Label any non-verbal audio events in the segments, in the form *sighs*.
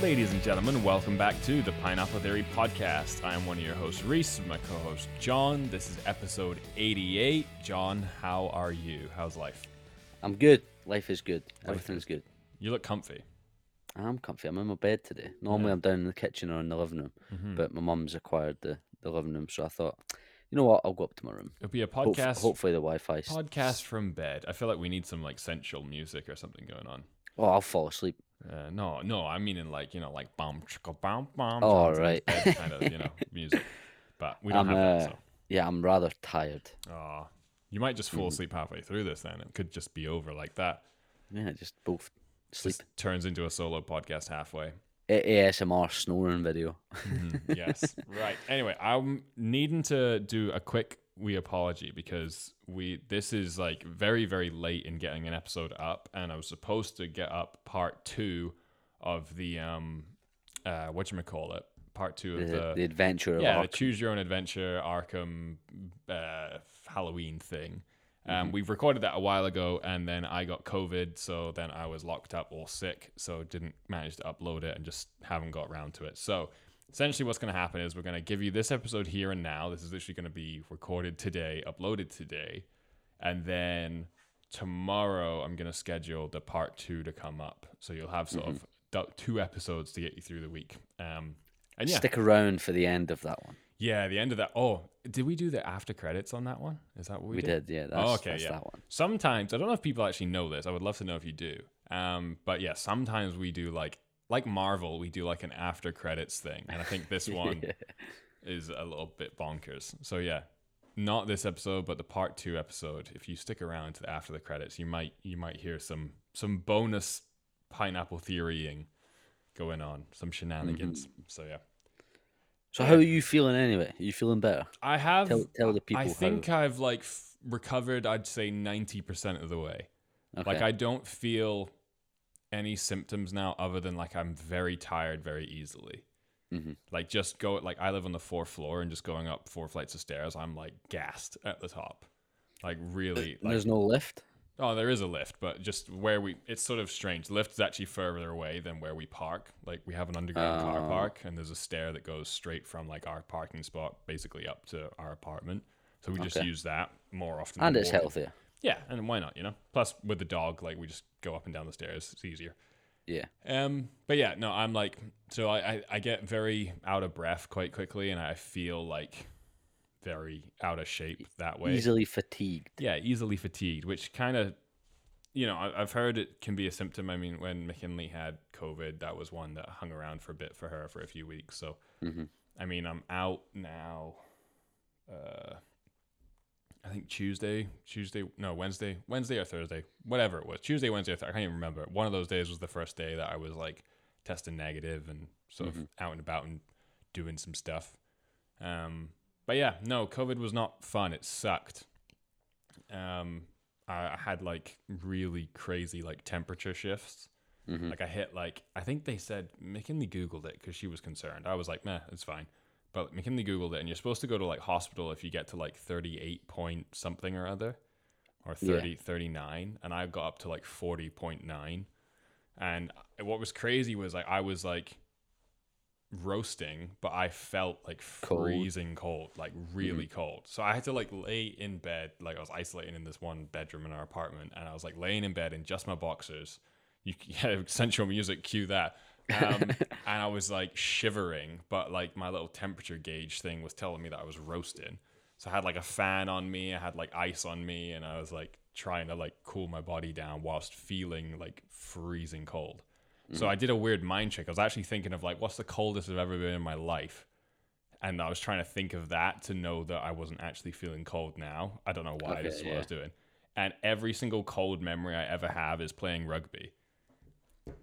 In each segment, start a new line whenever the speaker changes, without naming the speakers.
Ladies and gentlemen, welcome back to the Pineapple Theory Podcast. I am one of your hosts, Reese, with my co host, John. This is episode 88. John, how are you? How's life?
I'm good. Life is good. Everything's good.
You look comfy.
I'm comfy. I'm in my bed today. Normally I'm down in the kitchen or in the living room,
Mm-hmm.
but my mum's acquired the, the living room, so I thought, you know what, I'll go up to my room.
It'll be a
Hopef-
podcast
hopefully the Wi-Fi. s-
podcast from bed. I feel like we need some like sensual music or something going on.
Oh, I'll fall asleep.
Uh, no, no, I mean in like, you know, like bum chicka bum bum.
Oh,
John's in his bed Kind of, you
*laughs*
know, music. But we don't
I'm,
have that,
uh, Yeah, I'm rather tired.
so. Aw. you might just
Hmm.
fall asleep halfway through this then. It could just be over like that.
Yeah, just both sleep.
Just turns into a solo podcast halfway.
A- ASMR snoring video.
yes. Right. Anyway, I'm needing to do a quick we apology because we this is like very very late in getting an episode up, and I was supposed to get up part two of the um uh what you call it part two
The,
of the,
the adventure of
yeah
Ark.
the choose your own adventure Arkham uh, Halloween thing.
Mm-hmm.
Um, We've recorded that a while ago, and then I got COVID, so then I was locked up or sick, so didn't manage to upload it, and just haven't got around to it. So essentially, what's going to happen is we're going to give you this episode here and now. This is literally going to be recorded today, uploaded today, and then tomorrow I'm going to schedule the part two to come up. So you'll have
Mm-hmm.
sort of du- two episodes to get you through the week. Um, and yeah,
Stick around for the end of that one.
yeah, the end of that. Oh, did we do the after credits on that one? Is that what we,
We did, yeah. That's,
oh, okay,
that's
yeah.
that one.
Sometimes I don't know if people actually know this. I would love to know if you do. Um, but yeah, sometimes we do like like Marvel, we do like an after credits thing, and I think
*laughs*
this one is a little bit bonkers. So yeah, not this episode, but the part two episode. If you stick around to the after the credits, you might you might hear some some bonus pineapple theorying going on, some shenanigans.
Mm-hmm.
So yeah.
So how are you feeling anyway? Are you feeling better?
I have
Tell- tell the
I
people how-
think I've like f- recovered. I'd say ninety percent of the way.
Okay.
Like I don't feel any symptoms now, other than like I'm very tired very easily.
Mhm.
Like just go like I live on the fourth floor and just going up four flights of stairs, I'm like gassed at the top. Like really,
And
like
there's no lift?
oh, there is a lift, but just where we, it's sort of strange. The lift is actually further away than where we park. Like we have an underground car
Oh.
park, and there's a stair that goes straight from like our parking spot basically up to our apartment. So we just
Okay.
use that more often.
And
than
it's
walking.
healthier.
Yeah, and why not? You know. Plus, with the dog, like we just go up and down the stairs. It's easier.
Yeah.
Um, but yeah, no, I'm like, so I, I, I get very out of breath quite quickly, and I feel like very out of shape that way.
Easily fatigued.
Yeah, easily fatigued, which kind of, you know, I, I've heard it can be a symptom. I mean, when McKinley had COVID, that was one that hung around for a bit for her for a few weeks. So,
Mhm.
I mean, I'm out now. Uh, I think Tuesday, Tuesday, no, Wednesday, Wednesday or Thursday, whatever it was. Tuesday, Wednesday, or Thur- I can't even remember. One of those days was the first day that I was like testing negative and sort of out and about and doing some stuff. Um, but yeah, no, COVID was not fun. It sucked. Um, I, I had like really crazy like temperature shifts.
Mhm.
Like I hit like I think they said McKinley googled it because she was concerned. I was like, meh, it's fine. But McKinley googled it, and you're supposed to go to like hospital if you get to like 38 point something or other, or 30 39, and I got up to like 40.9. And what was crazy was like I was like roasting, but I felt like
Cold.
freezing cold, like really cold. So I had to like lay in bed, like I was isolating in this one bedroom in our apartment, and I was like laying in bed in just my boxers. You *laughs* yeah, sensual music, cue that. Um, and I was like shivering, but like my little temperature gauge thing was telling me that I was roasting. So I had like a fan on me, I had like ice on me, and I was like trying to like cool my body down whilst feeling like freezing cold. So
Mm.
I did a weird mind trick. I was actually thinking of like, what's the coldest I've ever been in my life? And I was trying to think of that to know that I wasn't actually feeling cold now. I don't know why.
Okay,
this is what I
yeah.
was doing. And every single cold memory I ever have is playing rugby.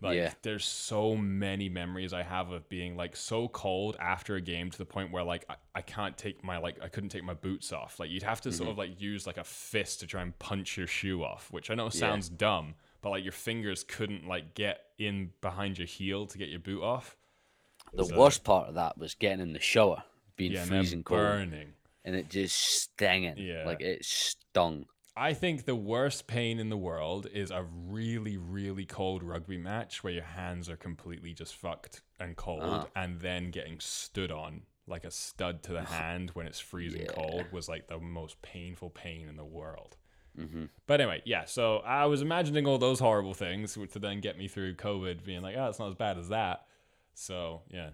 Like
Yeah.
there's so many memories I have of being like so cold after a game to the point where like I, I can't take my like I couldn't take my boots off. Like you'd have to
Mm-hmm.
sort of like use like a fist to try and punch your shoe off, which I know sounds dumb, but like your fingers couldn't like get in behind your heel to get your boot off.
The worst part of that was getting in the shower, being
and then
freezing cold,
burning.
and it just stinging.
Yeah.
Like it stung.
I think the worst pain in the world is a really, really cold rugby match where your hands are completely just fucked and cold,
Ah.
and then getting stood on like a stud
*laughs*
to the hand when it's freezing
Yeah.
cold was like the most painful pain in the world.
Mm-hmm.
But anyway, yeah. So I was imagining all those horrible things to then get me through COVID, being like, oh, it's not as bad as that. So yeah,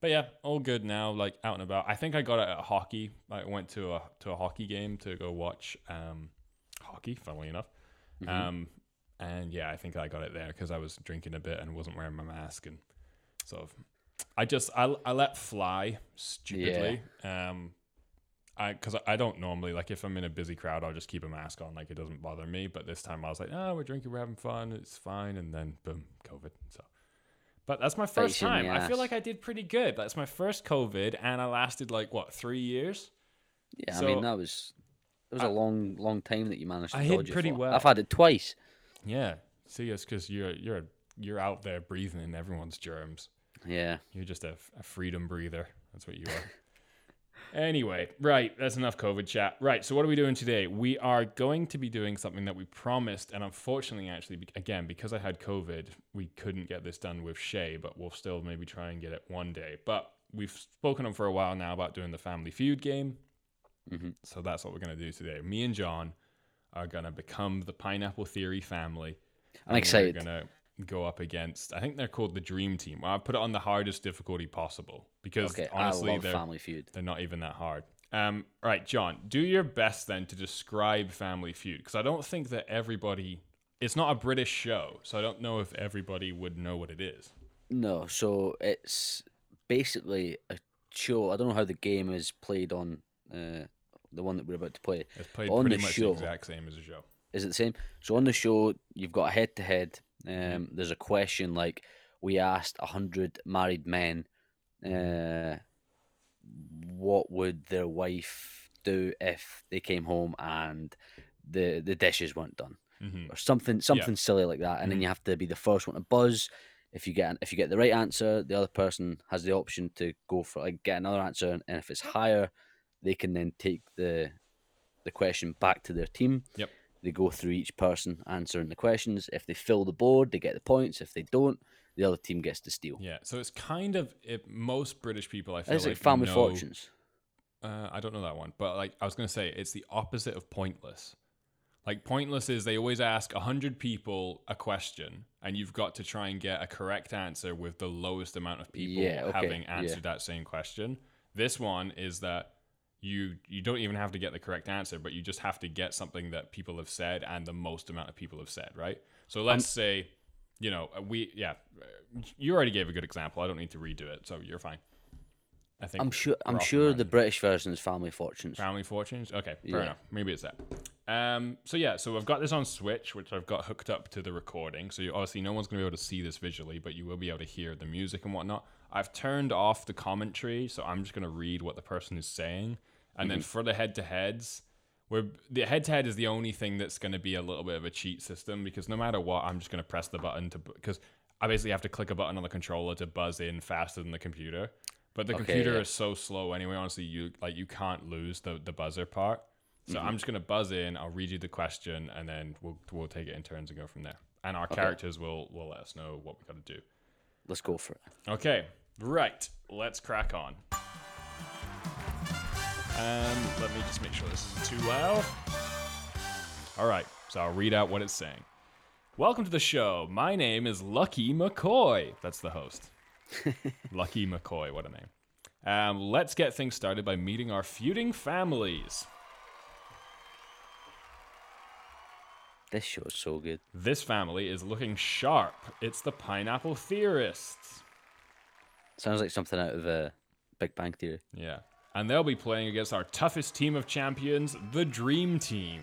but yeah, all good now. Like out and about. I think I got it at hockey. I went to a to a hockey game to go watch um, hockey. Funnily enough, um, and yeah, I think I got it there because I was drinking a bit and wasn't wearing my mask and sort of. I just I, I let fly stupidly. Um, I because I don't normally like if I'm in a busy crowd, I'll just keep a mask on, like it doesn't bother me. But this time I was like, oh, we're drinking, we're having fun, it's fine, and then boom, COVID. So, but that's my first
you in
time.
the
I feel
ass.
like I did pretty good. That's my first COVID, and I lasted like what three years.
Yeah,
So-
I mean that was it was a long, long time that you managed to
I hid
dodge it
pretty
for.
well.
I've had it twice.
Yeah, see, it's because you're you're you're out there breathing in everyone's germs.
Yeah.
You're just a, a freedom breather. That's what you are. *laughs* anyway, right. That's enough COVID chat. Right. So, what are we doing today? We are going to be doing something that we promised. And unfortunately, actually, be- again, because I had COVID, we couldn't get this done with Shay, but we'll still maybe try and get it one day. But we've spoken on for a while now about doing the Family Feud game.
Mhm.
So, that's what we're going to do today. Me and John are going to become the Pineapple Theory family.
I'm excited.
We're gonna go up against. I think they're called the Dream Team. Well, I put it on the hardest difficulty possible because
Okay, I
honestly,
love
they're
Family Feud.
they're not even that hard. Um, right, John, do your best then to describe Family Feud because I don't think that everybody. It's not a British show, so I don't know if everybody would know what it is.
No, so it's basically a show. I don't know how the game is played on uh, the one that we're about to play.
It's played
On
pretty
the
much
show.
the exact same as a show.
Is it the same? So on the show, you've got a head to head. Um, There's a question like we asked hundred married men, uh, what would their wife do if they came home and the the dishes weren't done
hmm
or something something silly like that, and
Mm-hmm.
then you have to be the first one to buzz. If you get if you get the right answer, the other person has the option to go for like get another answer, and if it's higher, they can then take the the question back to their team.
Yep.
They go through each person answering the questions. If they fill the board, they get the points. If they don't, the other team gets to steal.
Yeah, so it's kind of it, most British people. I feel
It's
like,
like family
know-
fortunes.
Uh, I don't know that one, but like I was gonna say, it's the opposite of pointless. Like pointless is they always ask hundred people a question, and you've got to try and get a correct answer with the lowest amount of people
Yeah, okay,
having
yeah.
answered that same question. This one is that you you don't even have to get the correct answer, but you just have to get something that people have said and the most amount of people have said, right?
Um,
So let's say, you know, uh, we yeah, uh, you already gave a good example. I don't need to redo it, so you're fine. I think
I'm sure. I'm
we're off
sure
around
the British version is family fortunes.
Family Fortunes. Okay, fair
Yeah.
enough. Maybe it's that. Um, so yeah, so I've got this on Switch, which I've got hooked up to the recording. So you, obviously, no one's gonna be able to see this visually, but you will be able to hear the music and whatnot. I've turned off the commentary, so I'm just gonna read what the person is saying, and then
Mm-hmm.
for the head-to-heads, where the head-to-head is the only thing that's gonna be a little bit of a cheat system because no matter what, I'm just gonna press the button to because I basically have to click a button on the controller to buzz in faster than the computer. But the
Okay,
computer
yeah.
is so slow anyway. Honestly, you like you can't lose the the buzzer part. So
Mm-hmm.
I'm just gonna buzz in. I'll read you the question, and then we'll we'll take it in turns and go from there. And our characters will will let us know what we got to do.
Let's go for it.
Okay, right. Let's crack on. Um, let me just make sure this isn't too loud. All right, so I'll read out what it's saying. Welcome to the show. My name is Lucky McCoy. That's the host. Lucky McCoy, what a name. Um, let's get things started by meeting our feuding families.
This show is so good.
This family is looking sharp. It's the Pineapple Theorists.
Sounds like something out of uh, Big Bang Theory.
Yeah. And they'll be playing against our toughest team of champions, the Dream Team.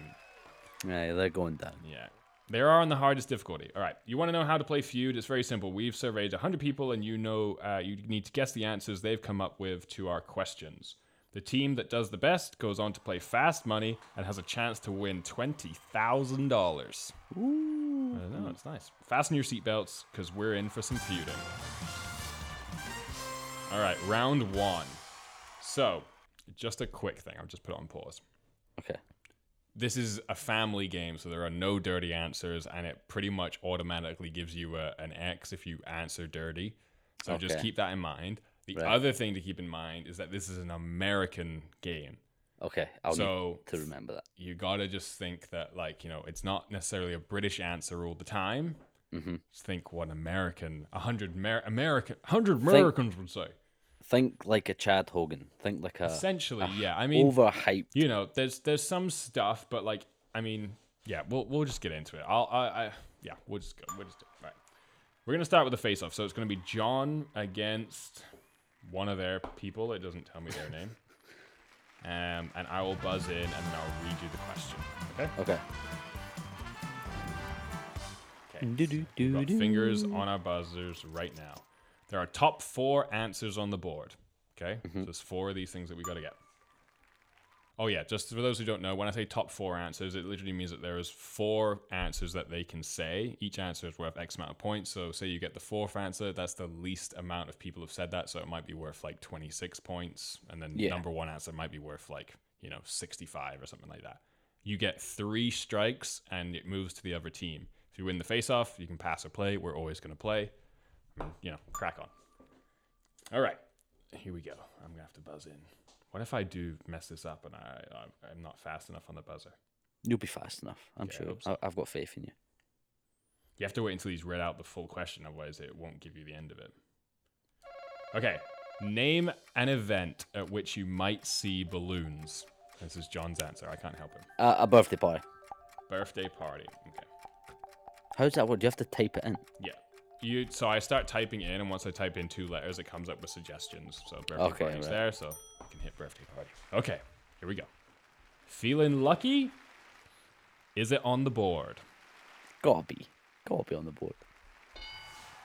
Yeah, they're going down.
Yeah. They are on the hardest difficulty. All right. You want to know how to play Feud? It's very simple. We've surveyed 100 people, and you know uh, you need to guess the answers they've come up with to our questions. The team that does the best goes on to play Fast Money and has a chance to win $20,000. Ooh. I know. It's nice. Fasten your seatbelts because we're in for some feuding. All right. Round one. So, just a quick thing. I'll just put it on pause
Okay.
this is a family game, so there are no dirty answers, and it pretty much automatically gives you a, an X if you answer dirty. So just
Okay.
keep that in mind. The
Right.
other thing to keep in mind is that this is an American game.
Okay, I'll
so
need to remember that.
you gotta just think that, like, you know, it's not necessarily a British answer all the time.
hmm
Just think what American, a hundred Mer- American, hundred Americans would say.
Think like a Chad Hogan. Think like a
Essentially, yeah. I mean,
overhyped.
you know, there's there's some stuff, but like, I mean, yeah, we'll we'll just get into it. I'll I, I yeah, we'll just go. We'll just do it. Right. We're gonna start with the face off. So it's gonna be John against one of their people. It doesn't tell me their name. Um, and I will buzz in and then I'll read you the question. Okay.
Okay.
Okay. We've got fingers on our buzzers right now. There are top four answers on the board. Okay, so there's four of these things that we got to get. Oh yeah, just for those who don't know, when I say top four answers, it literally means that there is four answers that they can say. Each answer is worth X amount of points. So say you get the fourth answer, that's the least amount of people have said that, so it might be worth like 26 points, and then
Yeah.
number one answer might be worth like you know 65 or something like that. You get three strikes, and it moves to the other team. If you win the face-off, you can pass or play. We're always going to play. I mean, you know, crack on. All right, here we go. I'm gonna have to buzz in. What if I do mess this up and I, I I'm not fast enough on the buzzer?
You'll be fast enough. I'm
Yeah, I
sure.
hope
I, I've got faith in you.
You have to wait until he's read out the full question, otherwise it won't give you the end of it. Okay, name an event at which you might see balloons. This is John's answer. I can't help him.
Uh, a birthday party.
Birthday party. Okay.
How's that work? Do you have to type it in?
Yeah. You so I start typing in, and once I type in two letters, it comes up with suggestions. So birthday
Okay,
party's
right.
there, so I can hit birthday party. Okay, here we go. Feeling lucky? Is it on the board?
Gotta be. Gotta be on the board.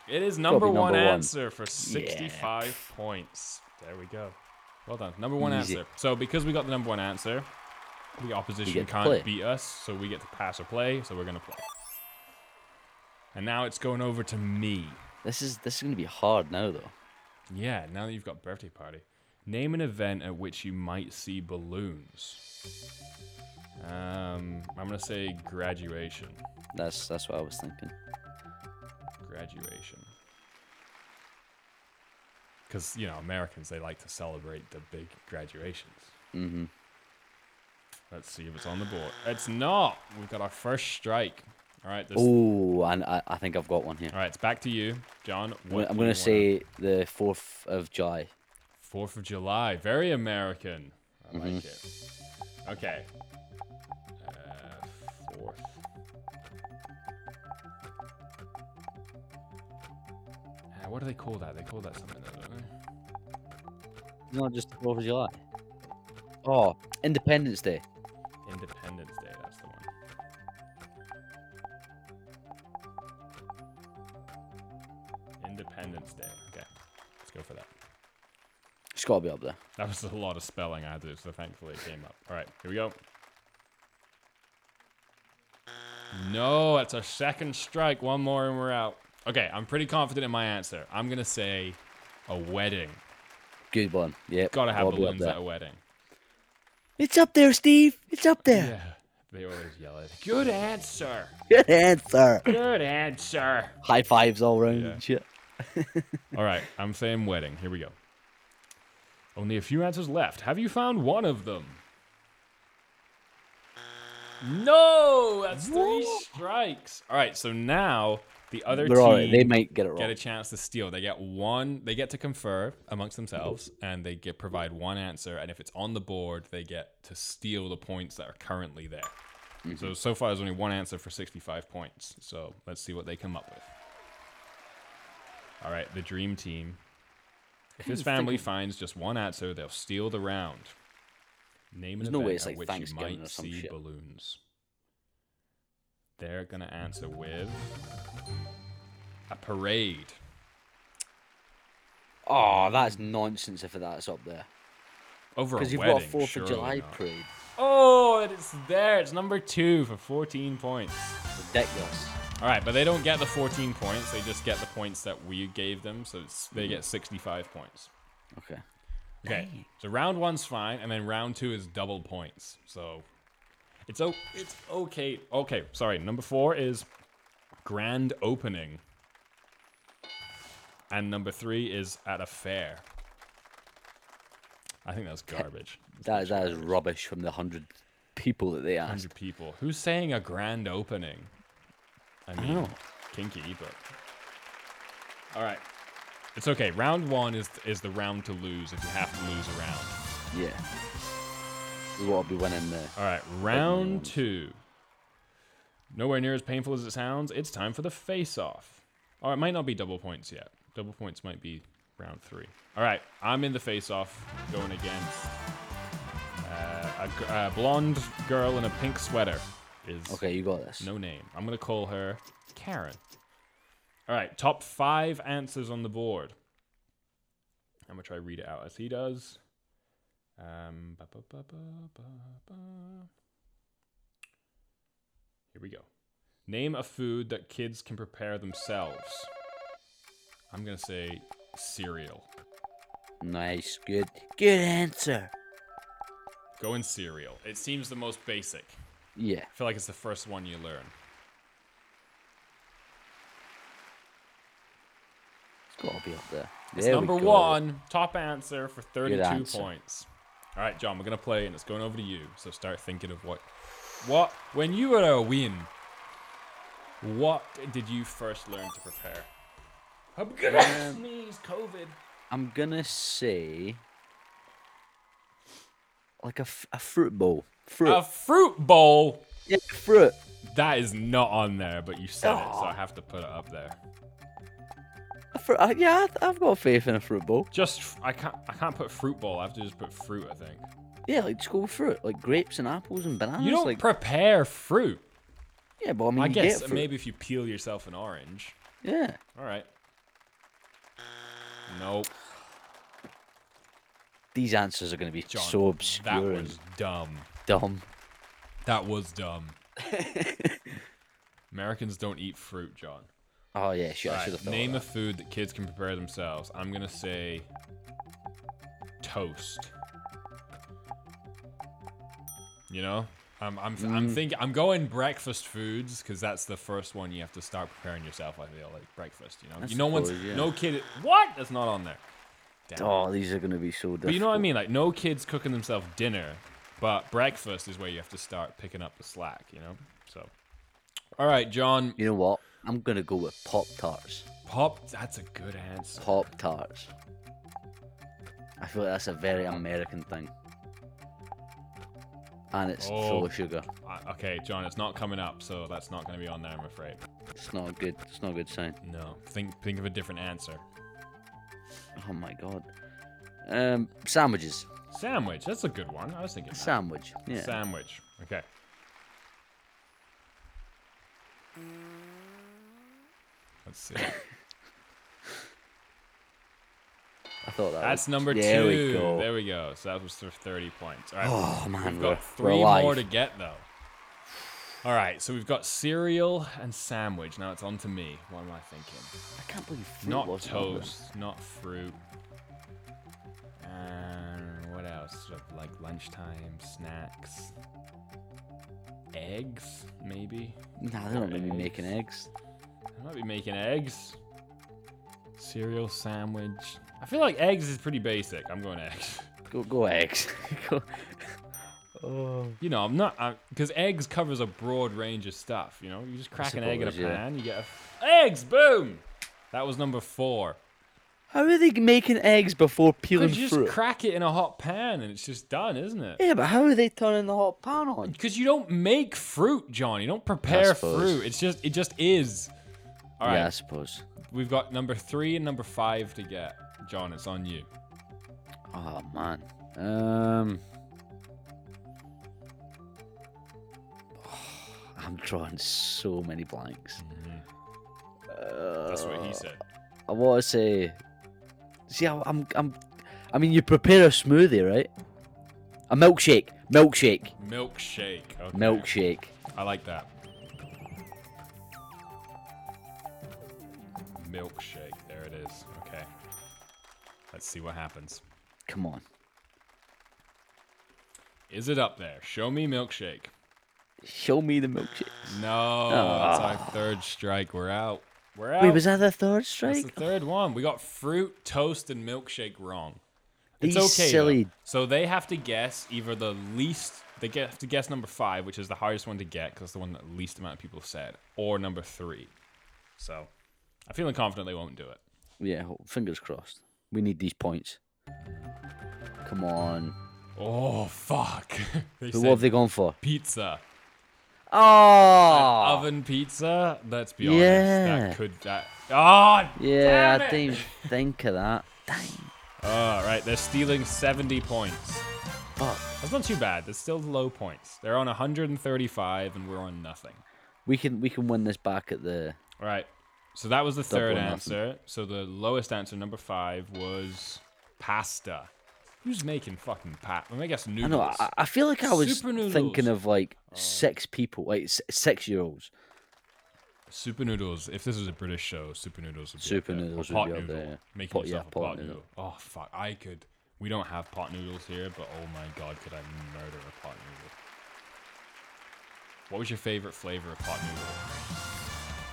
It is number,
number
one,
one.
answer for 65 points. There we go. Well done. Number one
Easy.
answer. So because we got the number one answer, the opposition
to
can't
play.
beat us, so we get to pass or play, so we're gonna play. And now it's going over to me.
This is this is gonna be hard now though.
Yeah, now that you've got birthday party, name an event at which you might see balloons. Um, I'm gonna say graduation.
That's that's what I was thinking.
Graduation. Because you know Americans, they like to celebrate the big graduations.
Mm-hmm.
Let's see if it's on the board. It's not. We've got our first strike. All right. This, all
Oh, and I, I think I've got one here.
right. It's back to you, John.
I'm gonna-
What
I'm
do you
gonna
wanna-
say the fourth of July.
Fourth of July. Very American. I like it. Okay. Uh, fourth. Uh, what do they call that? They call that something, else, don't they?
Not just the fourth of July. Oh, Independence Day.
Independence Day. That's the one. Independence Day. Okay. Let's go for that.
It's gotta be up there.
That was a lot of spelling I do, so thankfully it came up. All right, here we go. No, that's our second strike. One more and we're out. Okay, I'm pretty confident in my answer. I'm gonna say a wedding.
Good one. Yep.
Gotta have
gotta be up
balloons
there.
at a wedding. *laughs*
It's up there, Steve. It's up there.
Yeah, they always yell it. Good answer.
*laughs* Good answer.
Good answer.
High fives all round
Yeah.
and shit.
All right, I'm saying wedding. Here we go. Only a few answers left. Have you found one of them? No, that's three strikes. All right, so now the other
They're all right.
team
They might get it wrong.
get a chance to steal. They get one. They get to confer amongst themselves, and they get provide one answer. And if it's on the board, they get to steal the points that are currently there.
Mm-hmm.
So so far, there's only one answer for 65 points. So let's see what they come up with. All right, the dream team. If his family finds just one answer, they'll steal the round. Name an
There's no
event
way it's
at
like
which you
Thanksgiving
might
or some
see
shit.
balloons. They're gonna answer with a parade.
Oh, that's nonsense if that's up there.
Over a
Because you've
wedding,
got a 4th of
surely
July
not.
parade.
Oh, and it's there. It's number two for 14 points.
Ridiculous.
All right, but they don't get the 14 points. They just get the points that we gave them. So it's, they
Mm-hmm.
get 65 points.
Okay.
Okay. So round one's fine, and then round two is double points. So It's o- it's okay. Okay, sorry. Number four is grand opening, and number three is at a fair. I think that's garbage.
That, that is rubbish from the 100 people that they asked.
Hundred people. Who's saying a grand opening? I mean, kinky, but all right. It's okay. Round one is is the round to lose if you have to lose a round.
Yeah. We want to be winning the.
All right, round two. Nowhere near as painful as it sounds. It's time for the face off. All right, it might not be double points yet. Double points might be round three. All right, I'm in the face off, going against uh, a, gr- a blonde girl in a pink sweater. Is
Okay, you got this.
no name. I'm gonna call her Karen. All right, top five answers on the board. I'm gonna try to read it out as he does. Um, ba, ba, ba, ba, ba, ba. Here we go. Name a food that kids can prepare themselves. I'm gonna say cereal.
Nice. Good. Good answer.
Go in cereal. It seems the most basic.
Yeah.
I feel like it's the first one you learn.
It's got to be up there.
It's
There we
number
go.
one, top answer for 32
answer.
points. All right, John, we're going to play and it's going over to you. So start thinking of what. What, when you were a win, what did you first learn to prepare? I'm going to sneeze COVID.
I'm going to say. Like a, f- a fruit bowl. Fruit.
A fruit bowl.
Yeah, fruit.
That is not on there, but you said it, so
Ah.
I have to put it up there.
A fruit. I, yeah, I- I've got faith in a fruit bowl.
Just, f- I can't, I can't put fruit bowl. I have to just put fruit, I think.
Yeah, like just go with fruit. Like grapes and apples and bananas.
You don't
like,
prepare fruit.
yeah, but I mean,
I
you
guess
get fruit.
maybe if you peel yourself an orange.
Yeah.
All right. Nope.
These answers are going to be
John,
so obscure
That
and
was dumb.
dumb.
That was dumb. *laughs* Americans don't eat fruit, John.
Oh, yeah, shit, I
Right,
should have thought.
name
of
a food that kids can prepare themselves. I'm gonna say toast. You know, I'm I'm I'm
Mm.
thinking I'm going breakfast foods because that's the first one you have to start preparing yourself. I feel like breakfast. You know,
I
you no one's
suppose, yeah.
no kid. What? That's not on there.
that. Oh, these are going to be so difficult.
But you know what I mean? Like, no kids cooking themselves dinner, but breakfast is where you have to start picking up the slack, you know? So. All right, John.
You know what? I'm going to go with Pop Tarts.
Pop, that's a good answer.
Pop Tarts. I feel like that's a very American thing. And it's full
Oh.
of sugar.
Uh, okay, John, it's not coming up, so that's not going to be on there, I'm afraid.
It's not a good. It's not a good sign.
No. Think think of a different answer.
Oh my god. Um, sandwiches.
Sandwich, that's a good one. I was thinking that.
Sandwich. Yeah.
Sandwich. Okay. Let's see.
I thought that.
That's
was,
number
there
two.
We go.
There we go. So that was for 30 points. All right.
Oh man,
We've
we're,
got three
we're alive.
more to get though. All right, so we've got cereal and sandwich. Now it's on to me. What am I thinking?
I can't believe fruit
Not
wasn't on there.
toast, not fruit. And what else? Sort of like lunchtime snacks. Eggs, maybe.
Nah, they're not going to be
Eggs.
making eggs.
I might be making eggs. Cereal sandwich. I feel like eggs is pretty basic. I'm going eggs. *laughs*
Go, go eggs. *laughs* go.
You know, I'm not because eggs covers a broad range of stuff. You know, you just crack an egg in a
suppose, yeah.
pan, you get a f- eggs. Boom. That was number four.
How are they making eggs before
You
peeling
just
fruit?
crack it in a hot pan and it's just done, isn't it?
yeah, but how are they turning the hot pan on?
Because you don't make fruit, John. You don't prepare
suppose.
fruit. It's just it just is. All right,
Yeah, I suppose.
we've got number three and number five to get. John, it's on you.
Oh man. Um. *sighs* I'm drawing so many blanks.
Mm. That's what he said.
I want to say. See, I, I'm, I'm. I mean, you prepare a smoothie, right? A milkshake. Milkshake.
Milkshake. Okay.
Milkshake.
I like that. Milkshake. There it is. Okay. Let's see what happens.
Come on.
Is it up there? Show me milkshake.
Show me the milkshakes.
No, that's our third strike. We're out. We're out.
Wait, was that the third
That's
strike?
the third one. We got fruit, toast, and milkshake wrong.
These
It's okay. though.
silly.
So they have to guess either the least. They get, have to guess number five, which is the hardest one to get because it's the one that least amount of people have said, or number three. So I'm feeling confident they won't do it.
Yeah, ho- fingers crossed. We need these points. Come on.
Oh fuck! *laughs* they
But
said
what have they gone for?
pizza, Uh,
Oh,
oven pizza. Let's be honest,
Yeah.
that could that. Oh
yeah.
damn
I
it.
didn't even think of that. Dang.
All right, they're stealing 70 points.
Fuck.
That's not too bad. That's still low points. They're on 135 and we're on nothing.
We can we can win this back at the.
All right. So that was the
Double
third
nothing.
answer. So the lowest answer, number five, was pasta. Who's making fucking pasta? Well, I guess
I
noodles.
know. I, I feel like I was
Super noodles.
thinking of like six people, like s- six year olds.
Super noodles. If this was a British show, super noodles would be
Super
up there. Or
noodles would
pot
be up
noodle.
there, yeah.
Making
Pot-
yourself
yeah,
a
pot
pot,
noodle.
noodle. Oh fuck! I could. We don't have pot noodles here, but oh my god, could I murder a pot noodle? What was your favorite flavor of pot noodle?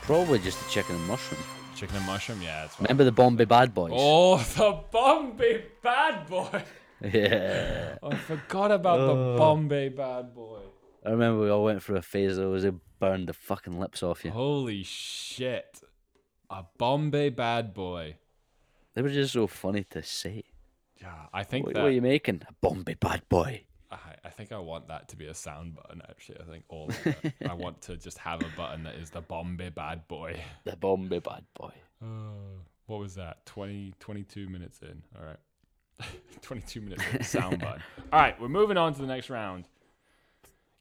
Probably just the chicken and mushroom.
Chicken and mushroom. Yeah, that's. What
Remember the Bombay Bad Boys?
Oh, the Bombay Bad Boy.
*laughs* Yeah.
I forgot about the Bombay Bad Boy.
I remember we all went through a phase that was it burned the fucking lips off you.
Holy shit. A Bombay Bad Boy.
They were just so funny to say.
Yeah, I think
What,
that
what are you making? A Bombay Bad Boy.
I, I think I want that to be a sound button actually. I think all of that. I want *laughs* to just have a button that is the Bombay Bad Boy.
The Bombay Bad Boy.
Oh, what was that? 20 22 minutes in. All right. *laughs* 22 minutes in, sound *laughs* button. All right, we're moving on to the next round.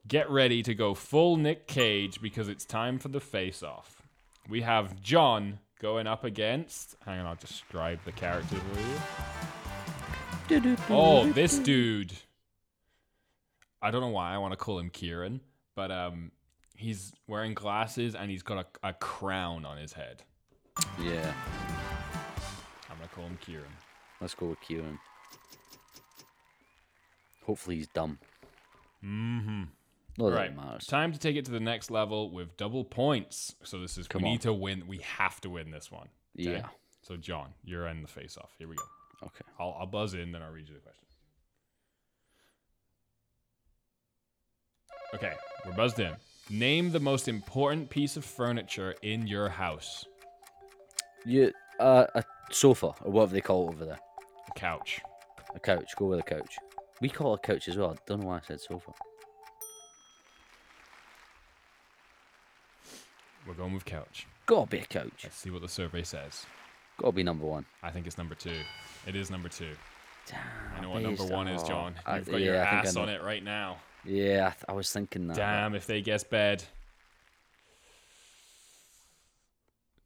Get ready to go full Nick Cage because it's time for the face off. We have John going up against. Hang on, I'll describe the character for you. Oh, this dude. I don't know why I want to call him Kieran, but um, he's wearing glasses and he's got a, a crown on his head.
Yeah.
I'm gonna call him Kieran.
Let's go with Kieran. Hopefully he's dumb. Mm-hmm. Not that
Right,
it matters.
time to take it to the next level with double points. So this is
Come
we
on.
need to win. We have to win this one.
Yeah.
So John, you're in the face off. Here we go.
Okay.
I'll, I'll buzz in, then I'll read you the question. Okay, we're buzzed in. Name the most important piece of furniture in your house.
You uh, a sofa or whatever they call it over there.
Couch.
A couch. Go with a couch. We call it a couch as well. I don't know why I said sofa.
We're going with couch.
Gotta be a couch.
Let's see what the survey says.
Gotta be number one.
I think it's number two. It is number two. I know what
Based
number one is,
on-
John.
I-
You've got your
yeah, I think I
ass on
know.
it right now.
Yeah, I, th- I was thinking that. but
Damn, if they guess bed.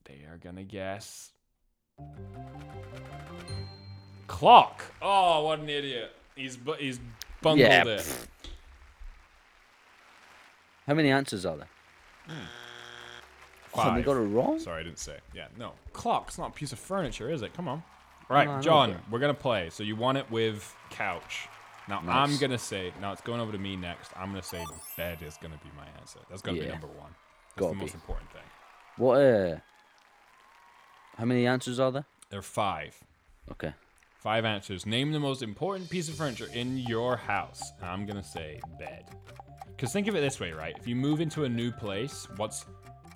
They are gonna guess. Clock. Oh, what an idiot. He's bu- he's bungled
Yeah,
it.
pfft. How many answers are there? Oh, they
Five.
got it wrong.
Sorry, I didn't say. Yeah, no. Clock's not a piece of furniture, is it? Come on. Right,
I know
John,
that.
we're gonna play. So you want it with couch. Now I'm
Nice.
gonna say. Now it's going over to me next. I'm gonna say bed is gonna be my answer. That's gonna be
Yeah.
number one. That's
Gotta
the most
be.
important thing.
What? Uh, how many answers are there?
There are five.
Okay.
Five answers. Name the most important piece of furniture in your house. And I'm going to say bed. Because think of it this way, right? If you move into a new place, what's.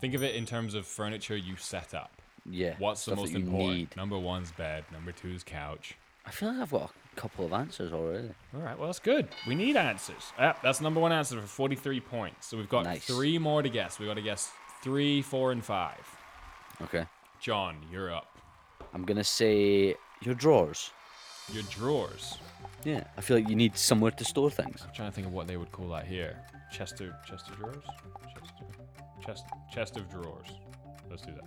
Think of it in terms of furniture you set up.
Yeah.
What's the most
stuff that you
important?
need.
Number one's bed. Number two's couch.
I feel like I've got a couple of answers already.
All right, well, that's good. We need answers. Yep, that's number one answer for 43 points. So we've got
Nice.
three more to guess. we got to guess three, four, and five.
Okay.
John, you're up.
I'm gonna say your drawers.
Your drawers.
Yeah. I feel like you need somewhere to store things.
I'm trying to think of what they would call that here. Chest of chest of drawers. Chest chest chest of drawers. Let's do that.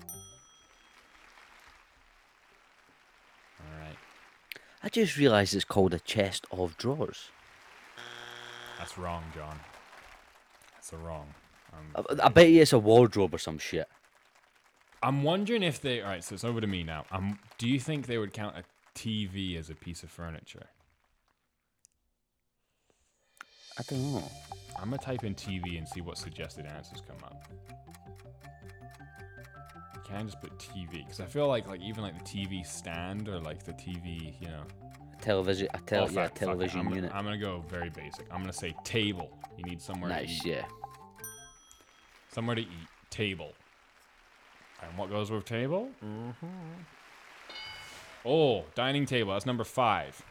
All right,
I just realised it's called a chest of drawers.
that's wrong, John. That's a wrong. Um,
I, I bet you it's a wardrobe or some shit.
I'm wondering if they. All right, so it's over to me now. Um, do you think they would count a TV as a piece of furniture?
I don't know.
I'm gonna type in TV and see what suggested answers come up. Can I just put TV? Because I feel like like even like the TV stand or like the TV, you know.
Television, a tel-
Oh,
yeah,
fuck, fuck it.
television
I'm gonna-
unit.
I'm gonna go very basic. I'm gonna say table. You need somewhere to eat.
nice, yeah.
Somewhere to eat. Table. And what goes with table? Mm-hmm. Oh, dining table. That's number five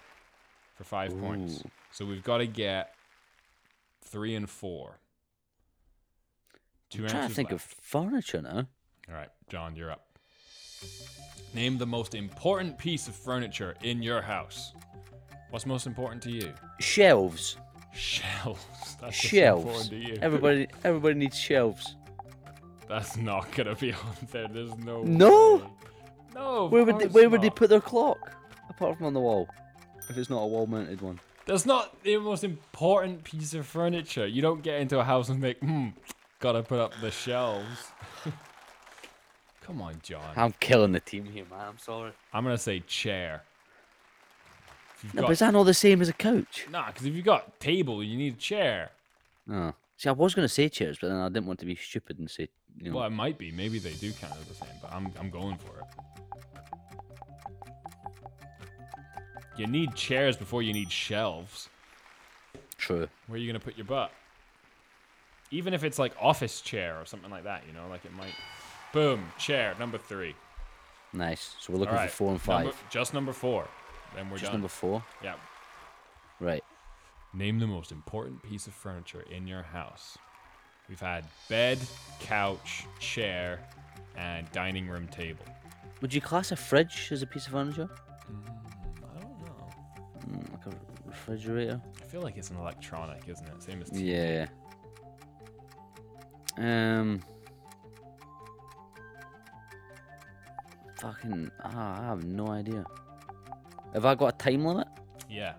for five points.
Ooh.
So we've got to get three and four. 2
I'm trying to
answers
think of
left.
furniture now.
All right, John, you're up. Name the most important piece of furniture in your house. What's most important to you?
Shelves,
Shelves. *laughs* That's what's important
shelves.
to you.
Everybody, everybody needs shelves.
That's not gonna be on there. There's no.
No?
way. No. of
Where would they,
course
where would they
not.
put their clock? Apart from on the wall, if it's not a wall-mounted one.
That's not the most important piece of furniture. You don't get into a house and think, hmm, gotta put up the shelves. *laughs* Come on, John.
I'm killing the team here, man. I'm sorry.
I'm gonna say chair. If you've
No, but
got,
is that not the same as a couch?
nah, because if you've got table, you need a chair.
Oh. See, I was going to say chairs, but then I didn't want to be stupid and say, you know,
Well, it might be. Maybe they do count as the same, but I'm, I'm going for it. You need chairs before you need shelves.
true.
Where are you going to put your butt? Even if it's like office chair or something like that, you know, like it might. Boom, chair, number three.
Nice. So we're
All
looking
right.
for four and five.
Number, just number four. Then we're
Just
done.
number four.
yeah.
Right.
Name the most important piece of furniture in your house. We've had bed, couch, chair, and dining room table.
Would you class a fridge as a piece of furniture?
I don't know.
Mm, like a refrigerator?
I feel like it's an electronic, isn't it? Same as TV.
Yeah. Um. Fucking. Ah, I have no idea. Have I got a time limit?
Yeah.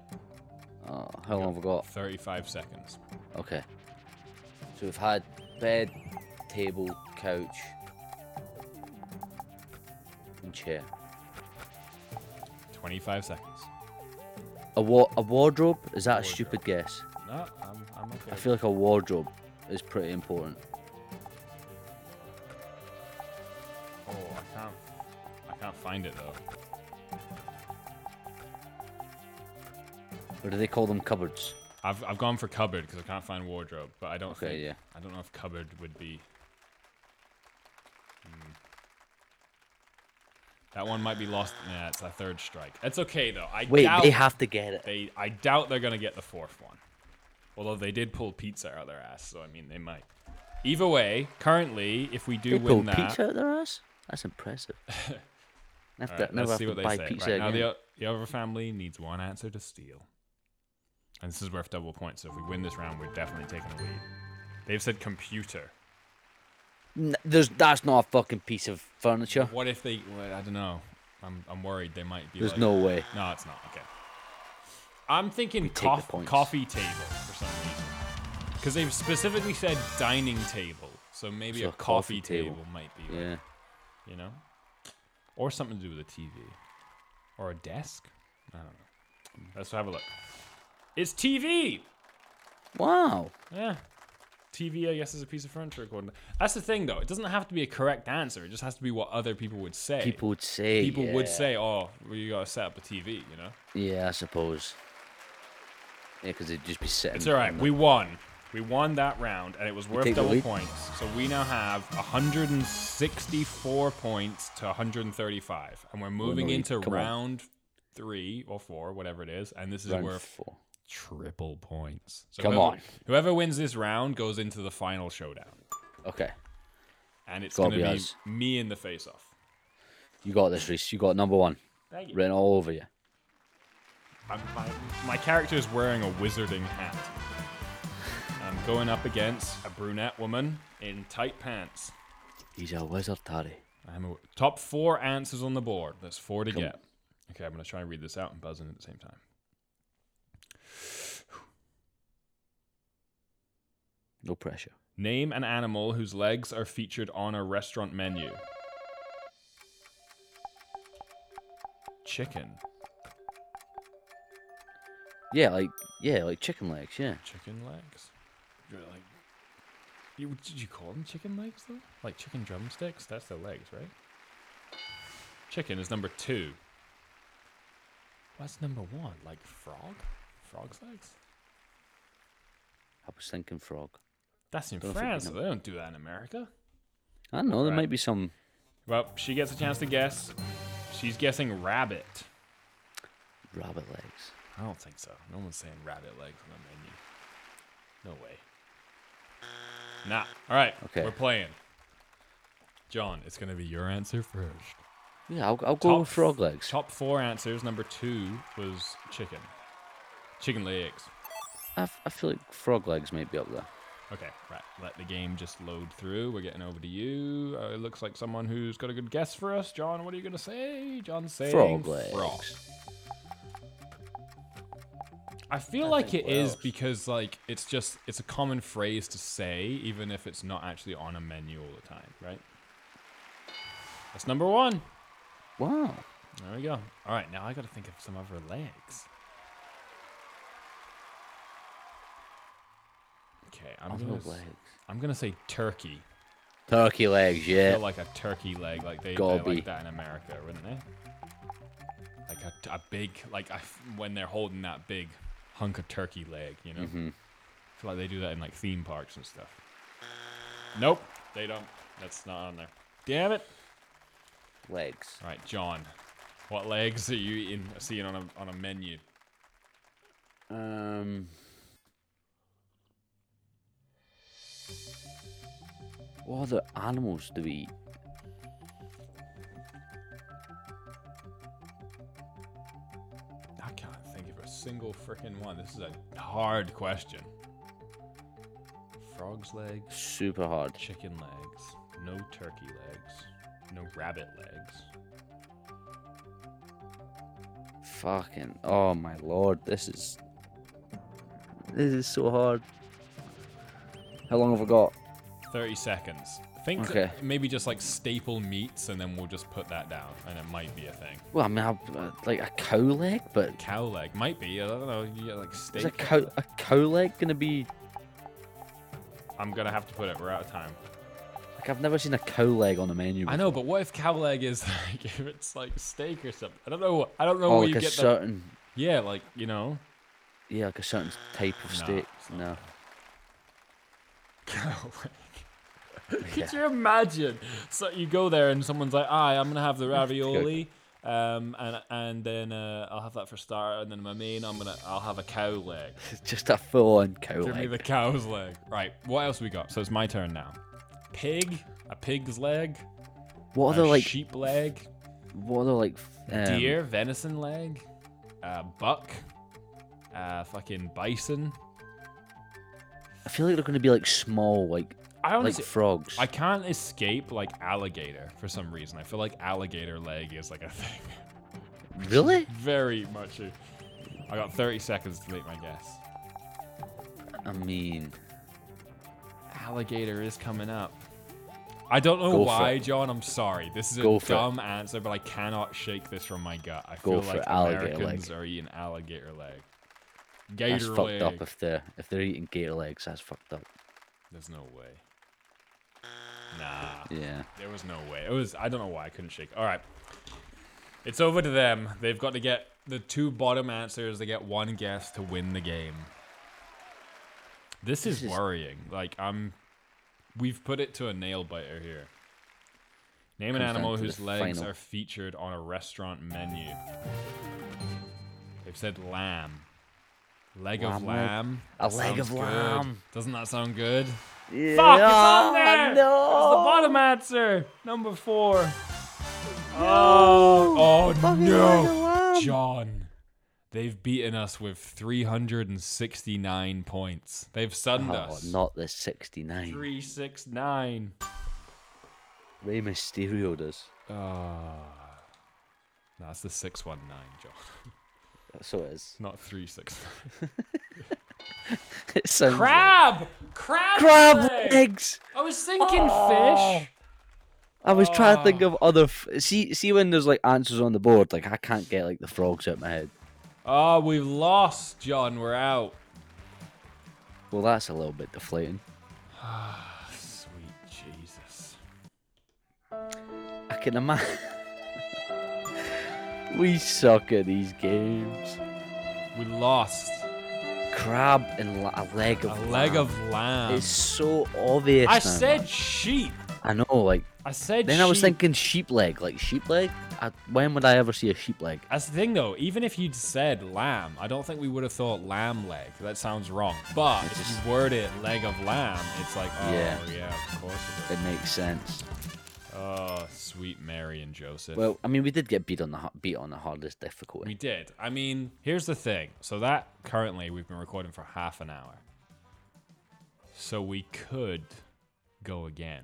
Oh, how long have I got?
35 seconds.
Okay. So we've had bed, table, couch, and chair.
25 seconds.
A, wa- a wardrobe? Is that a stupid guess?
No, I'm, I'm okay.
I feel like a wardrobe is pretty important.
Oh, I can't. I can't find it though.
Or do they call them cupboards?
I've, I've gone for cupboard because I can't find wardrobe, but I don't
Okay,
think
yeah.
I don't know if cupboard would be. Hmm. That one might be lost. Yeah, it's a third strike. It's okay though. I
Wait,
doubt
they have to get it.
they. I doubt they're gonna get the fourth one. Although they did pull pizza out of their ass, so I mean they might. Either way, currently, if we do
They
win
pulled
that,
pizza out their ass? That's
*laughs*
impressive. Never,
All
have
right,
to never
let's
have
see
to
what they
buy
say.
pizza
right, now
again.
the, o- the other family needs one answer to steal. And this is worth double points, so if we win this round, we're definitely taking the lead. They've said computer.
N- There's, that's not a fucking piece of furniture.
What if they... Well, I don't know. I'm, I'm worried they might be
There's
like...
no way.
No, it's not. Okay. I'm thinking
take the
coff-
points.
coffee table for some reason. Because they've specifically said dining table, so maybe
So
a
a
coffee,
coffee
table.
table.
might be,
Yeah.
you know? Or something to do with a TV. Or a desk? I don't know. Let's have a look. It's TV!
Wow.
Yeah. TV, I guess, is a piece of furniture. According to... That's the thing, though. It doesn't have to be a correct answer. It just has to be what other people would say.
People would say.
People would
yeah.
say, "Oh, well, you gotta set up a TV," you know.
Yeah, I suppose. Yeah, because it'd just be sitting.
It's all right.
on
We won. We won that round, and it was worth
take the
double
lead.
points. So we now have 164 points to 135, and we're moving
lead.
into
Come on.
round three or four, whatever it is. And this is
the round
where
four.
triple points. So
Come
whoever-
on.
Whoever wins this round goes into the final showdown.
Okay.
and it's
Gotta
gonna
be
be
us.
me in the face off.
You got this, Reese. You got number one.
Thank you.
Written all over you.
I'm- my, my character is wearing a wizarding hat. And I'm going up against a brunette woman in tight pants.
He's a wizard, Harry.
I'm a, top four answers on the board. That's four to get. Okay, I'm gonna try and read this out and buzz in at the same time.
No pressure.
Name an animal whose legs are featured on a restaurant menu. Chicken.
Yeah, like yeah, like chicken legs. Yeah.
Chicken legs. You're like, you, did you call them chicken legs though? Like chicken drumsticks? That's their legs, right? Chicken is number two. What's number one? Like frog? Frog's legs?
I was thinking frog.
That's in
Don't think we
France.
know.
though. They don't do that in America.
I don't know. There
Right.
might be some.
Well, she gets a chance to guess. She's guessing rabbit.
Rabbit legs.
I don't think so. No one's saying rabbit legs on the menu. No way. Nah. All right.
Okay.
We're playing. John, it's going to be your answer first.
Yeah, I'll, I'll go with
Top-
frog legs.
Top four answers. Number two was chicken. Chicken legs.
I, f- I feel like frog legs might be up there.
Okay, right. Let the game just load through. We're getting over to you. Uh, it looks like someone who's got a good guess for us. John, what are you going to say? John's saying
Frog legs.
frog. I feel like
think
it is
Wales.
because like it's just it's a common phrase to say even if it's not actually on a menu all the time, right? That's number 1.
Wow.
There we go. All right, now I got to think of some other legs. Okay, I'm
Other
gonna s-
legs.
I'm gonna say turkey.
Turkey legs,
They're
yeah.
like a turkey leg, like they, they
Gotta be.
like that in America, wouldn't they? Like a, a big, like I f when they're holding that big hunk of turkey leg, you know. I feel like they do that in like theme parks and stuff. Nope, they don't. That's not on there. Damn it!
legs.
All right, John, what legs are you eating, seeing on a on a menu?
Um. What other animals do we eat?
I can't think of a single freaking one. This is a hard question. Frog's legs,
Super hard.
chicken legs, no turkey legs, no rabbit legs.
Fucking. Oh my lord, this is. This is so hard. How long have I got?
30 seconds. Think
Okay.
that maybe just like staple meats and then we'll just put that down and it might be a thing.
Well, I mean, I, uh, like a cow leg, but
Cow leg might be. I don't know. You get like steak.
is a cow a cow leg gonna be?
I'm going to have to put it. We're out of
*laughs*
time.
Like I've never seen a cow leg on a menu.
I
before.
know, but what if cow leg is *laughs* like if it's like steak or something? I don't know. I don't know
Oh,
where
like
you
a
get the.
certain.
Yeah, like, you know.
Yeah, like a certain type of
No,
steak.
it's not
No.
Cow leg. *laughs* Could
Yeah.
you imagine? So you go there and someone's like, "Aye, I'm gonna have the ravioli, um, and and then uh, I'll have that for starter, and then my main, I'm gonna I'll have a cow *laughs* leg.
Just a full on cow
Give me
leg.
the cow's leg. Right. What else we got? So it's my turn now. Pig, a pig's leg,
What
a
other like
sheep leg,
what other like f- um,
deer, venison leg, uh, buck, uh, fucking bison.
I feel like they're gonna be like small, like
I
like
honestly,
frogs.
I can't escape like alligator for some reason. I feel like alligator leg is like a thing.
Really?
Very much. a- I got 30 seconds to make my guess.
I mean,
Alligator is coming up. I don't know
Go for
why,
it.
John. I'm sorry. This is a
Go for it.
dumb answer, but I cannot shake this from my gut. I feel
Go for
like
alligator
Americans are eating alligator leg. Gator
that's
leg.
fucked up if they're if they're eating gator legs. That's fucked up.
There's no way. Nah.
Yeah.
There was no way. It was. I don't know why I couldn't shake. All right. It's over to them. They've got to get the two bottom answers. They get one guess to win the game. This, is,
is-
worrying. Like I'm, we've put it to a nail biter here. Name an
Comes down
animal
to the
whose legs
final.
are featured on a restaurant menu. They've said lamb. Leg of
Lamb leg.
lamb.
A
That
leg of
sounds good.
lamb.
Doesn't that sound good?
yeah. Oh,
Fuck, it's on there! It's the
No.
bottom answer, number four. Oh, oh
Fucking
no,
lamb.
John. They've beaten us with 369 points. They've sunned
Oh,
us.
not the 69.
369.
Rey Mysterio does.
Ah. No, that's the 619, John.
So it is.
Not 369.
*laughs* It sounds like-
Crab! Crab!
Crab Oh. legs.
I was thinking fish.
I was trying to
Ah.
think of other. F- see, see when there's like answers on the board, like I can't get like
Ah,
the frogs out my head.
Oh, we've lost, John. We're out.
Well, that's a little bit deflating.
Ah, sweet Jesus.
I can imagine. *laughs* we suck at these games.
We lost
Crab and la- a leg of
a leg
lamb.
of lamb.
It's so obvious.
I
now,
said
man.
sheep.
I know, like.
I said
Then I was
sheep.
thinking sheep leg, like sheep leg. I, when would I ever see a sheep leg?
That's the thing, though. Even if you'd said lamb, I don't think we would have thought lamb leg. That sounds wrong. But
It's
if
just-
you word it leg of lamb, it's like, oh yeah,
Yeah.
of course. It
It makes sense.
is. Oh, sweet Mary and Joseph.
Well, I mean, we did get beat on the har- beat on the hardest difficulty.
we did. I mean, here's the thing. So that currently we've been recording for half an hour. So we could go again.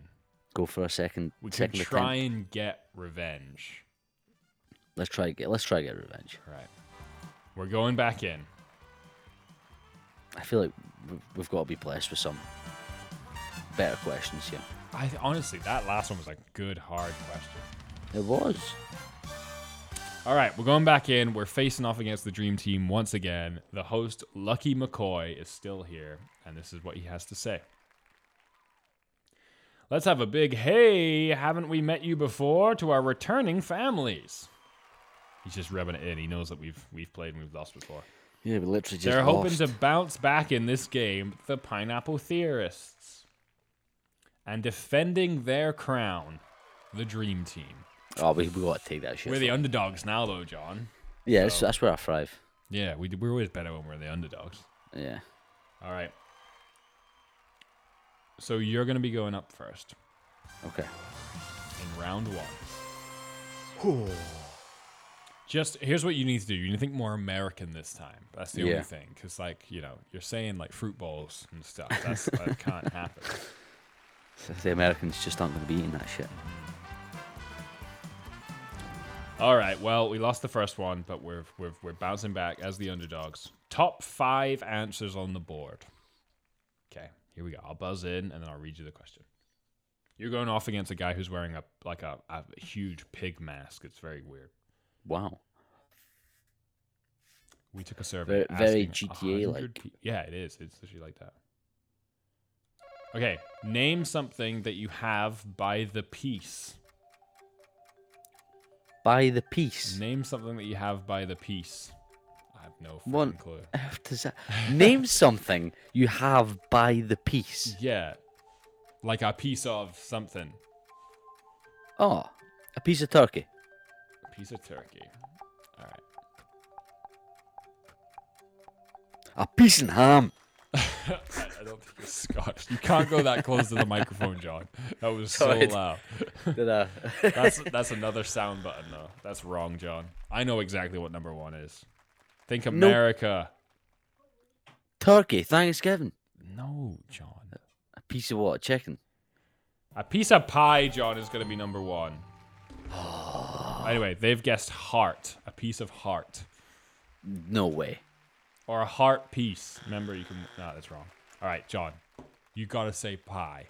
Go for a second.
We could
second
try
attempt.
and get revenge.
Let's try get. Let's try get revenge.
Right. We're going back in.
I feel like we- we've got to be blessed with some better questions here.
I honestly, that last one was a good hard question.
It was.
All right, we're going back in. We're facing off against the Dream Team once again. The host, Lucky McCoy, is still here, and this is what he has to say. Let's have a big hey, haven't we met you before to our returning families? He's just rubbing it in. He knows that we've we've played and we've lost before.
Yeah, we literally just.
They're hoping
lost.
to bounce back in this game, the Pineapple Theorists. And defending their crown, the Dream Team.
Oh, we we got to take that shit.
We're the underdogs now, though, John.
yeah, that's, that's where I thrive.
Yeah, we, we're always better when we're the underdogs.
Yeah.
All right. So you're going to be going up first
Okay.
in round one. Just here's what you need to do. You need to think more American this time. That's the only
Yeah.
thing, because like you know, you're saying like fruit bowls and stuff. That's, that can't happen.
So the Americans just aren't going to be eating that shit.
All right. Well, we lost the first one, but we're we're we're bouncing back as the underdogs. Top five answers on the board. Okay, here we go. I'll buzz in and then I'll read you the question. You're going off against a guy who's wearing a like a, a huge pig mask. It's very weird.
Wow.
We took a survey.
Very- very
asking a
GTA -like.
hundred pe- yeah, it is. It's literally like that. Okay, name something that you have by the piece.
By the *laughs* piece.
Name something that you have by the piece. I have no fucking
One-
clue.
earth does that? Name something you have by the piece.
Yeah. Like a piece of something.
Oh, a piece of turkey.
A piece of turkey. *laughs* All right.
A piece and
*laughs*
ham.
I, I don't think it's Scottish. You can't go that close to the microphone, John. That was so
Sorry.
loud.
Did I?
*laughs* That's that's another sound button though. That's wrong, John. I know exactly what number 1 is. Think America.
turkey, Thanksgiving.
No, John.
A piece of what? Chicken.
A piece of pie, John, is going to be number 1. anyway, they've guessed heart. A piece of heart.
No way.
or a heart piece. Remember, you can. No, that's wrong. All right, John, you gotta say pie.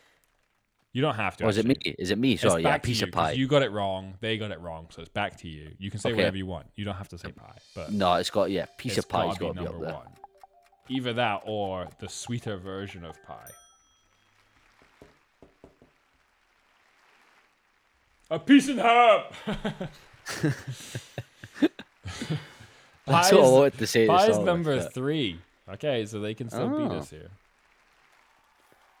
*laughs* you don't have to.
Or is it me?
actually.
Is it me?
It's
Sorry, yeah, a
back to
piece
you,
of
'cause
pie.
You got it wrong. They got it wrong. So it's back to you. You can say
Okay.
whatever you want. You don't have to say pie, but
No, it's got yeah, piece
it's
of pie's
gotta
got to
be
be up
number
there.
one. Either that or the sweeter version of pie. A piece and
*laughs*
herb. *laughs*
That's
Pie
what I
is-
wanted to say. to
Pie's
start with,
number
but-
three. Okay, so they can still beat
Oh.
us here.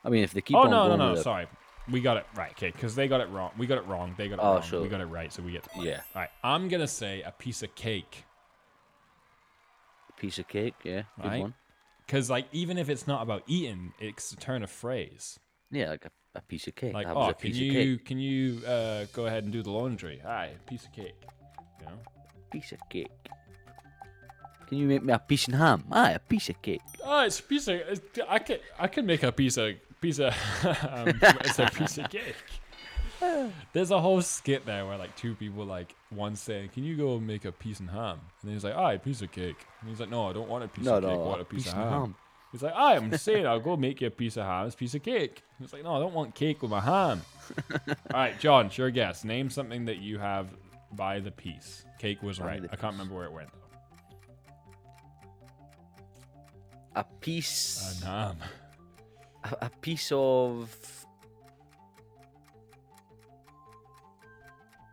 I mean, if they keep
Oh
on
no, no,
going
no!
with it-
Sorry, we got it right. Okay, because they got it wrong. We got it wrong. They got it
Oh,
wrong.
sure.
We got it right, so we get. To play.
Yeah.
All right, I'm gonna say a piece of cake,
piece of cake, yeah, good
Right.
one.
because like even if it's not about eating, it's a turn of phrase.
Yeah, like a, a piece of cake.
Like,
that was
oh,
a
can
piece of cake.
you can you uh, go ahead and do the laundry? Aye, piece of cake. You know.
Piece of cake. Can you make me a piece and ham? Aye, a piece of cake.
Oh, it's a piece of. it's- I can I can make a piece of piece of. *laughs* um, it's a piece of cake. There's a whole skit there where like two people like one saying, "Can you go make a piece and ham?" And then he's like, "Aye, a piece of cake." And he's like, "No, I don't want a piece
No,
of cake. I
no,
want
a
a piece,
piece
of
and
ham."
ham.
He's like, "Aye, I'm saying I'll go make you a piece of ham. It's a piece of cake." And it's like, "No, I don't want cake with my
*laughs*
ham." All right, John, sure guess. Name something that you have by the piece. Cake was
By
right.
the
I can't remember where it went. though.
a piece
A nam.
a, a piece of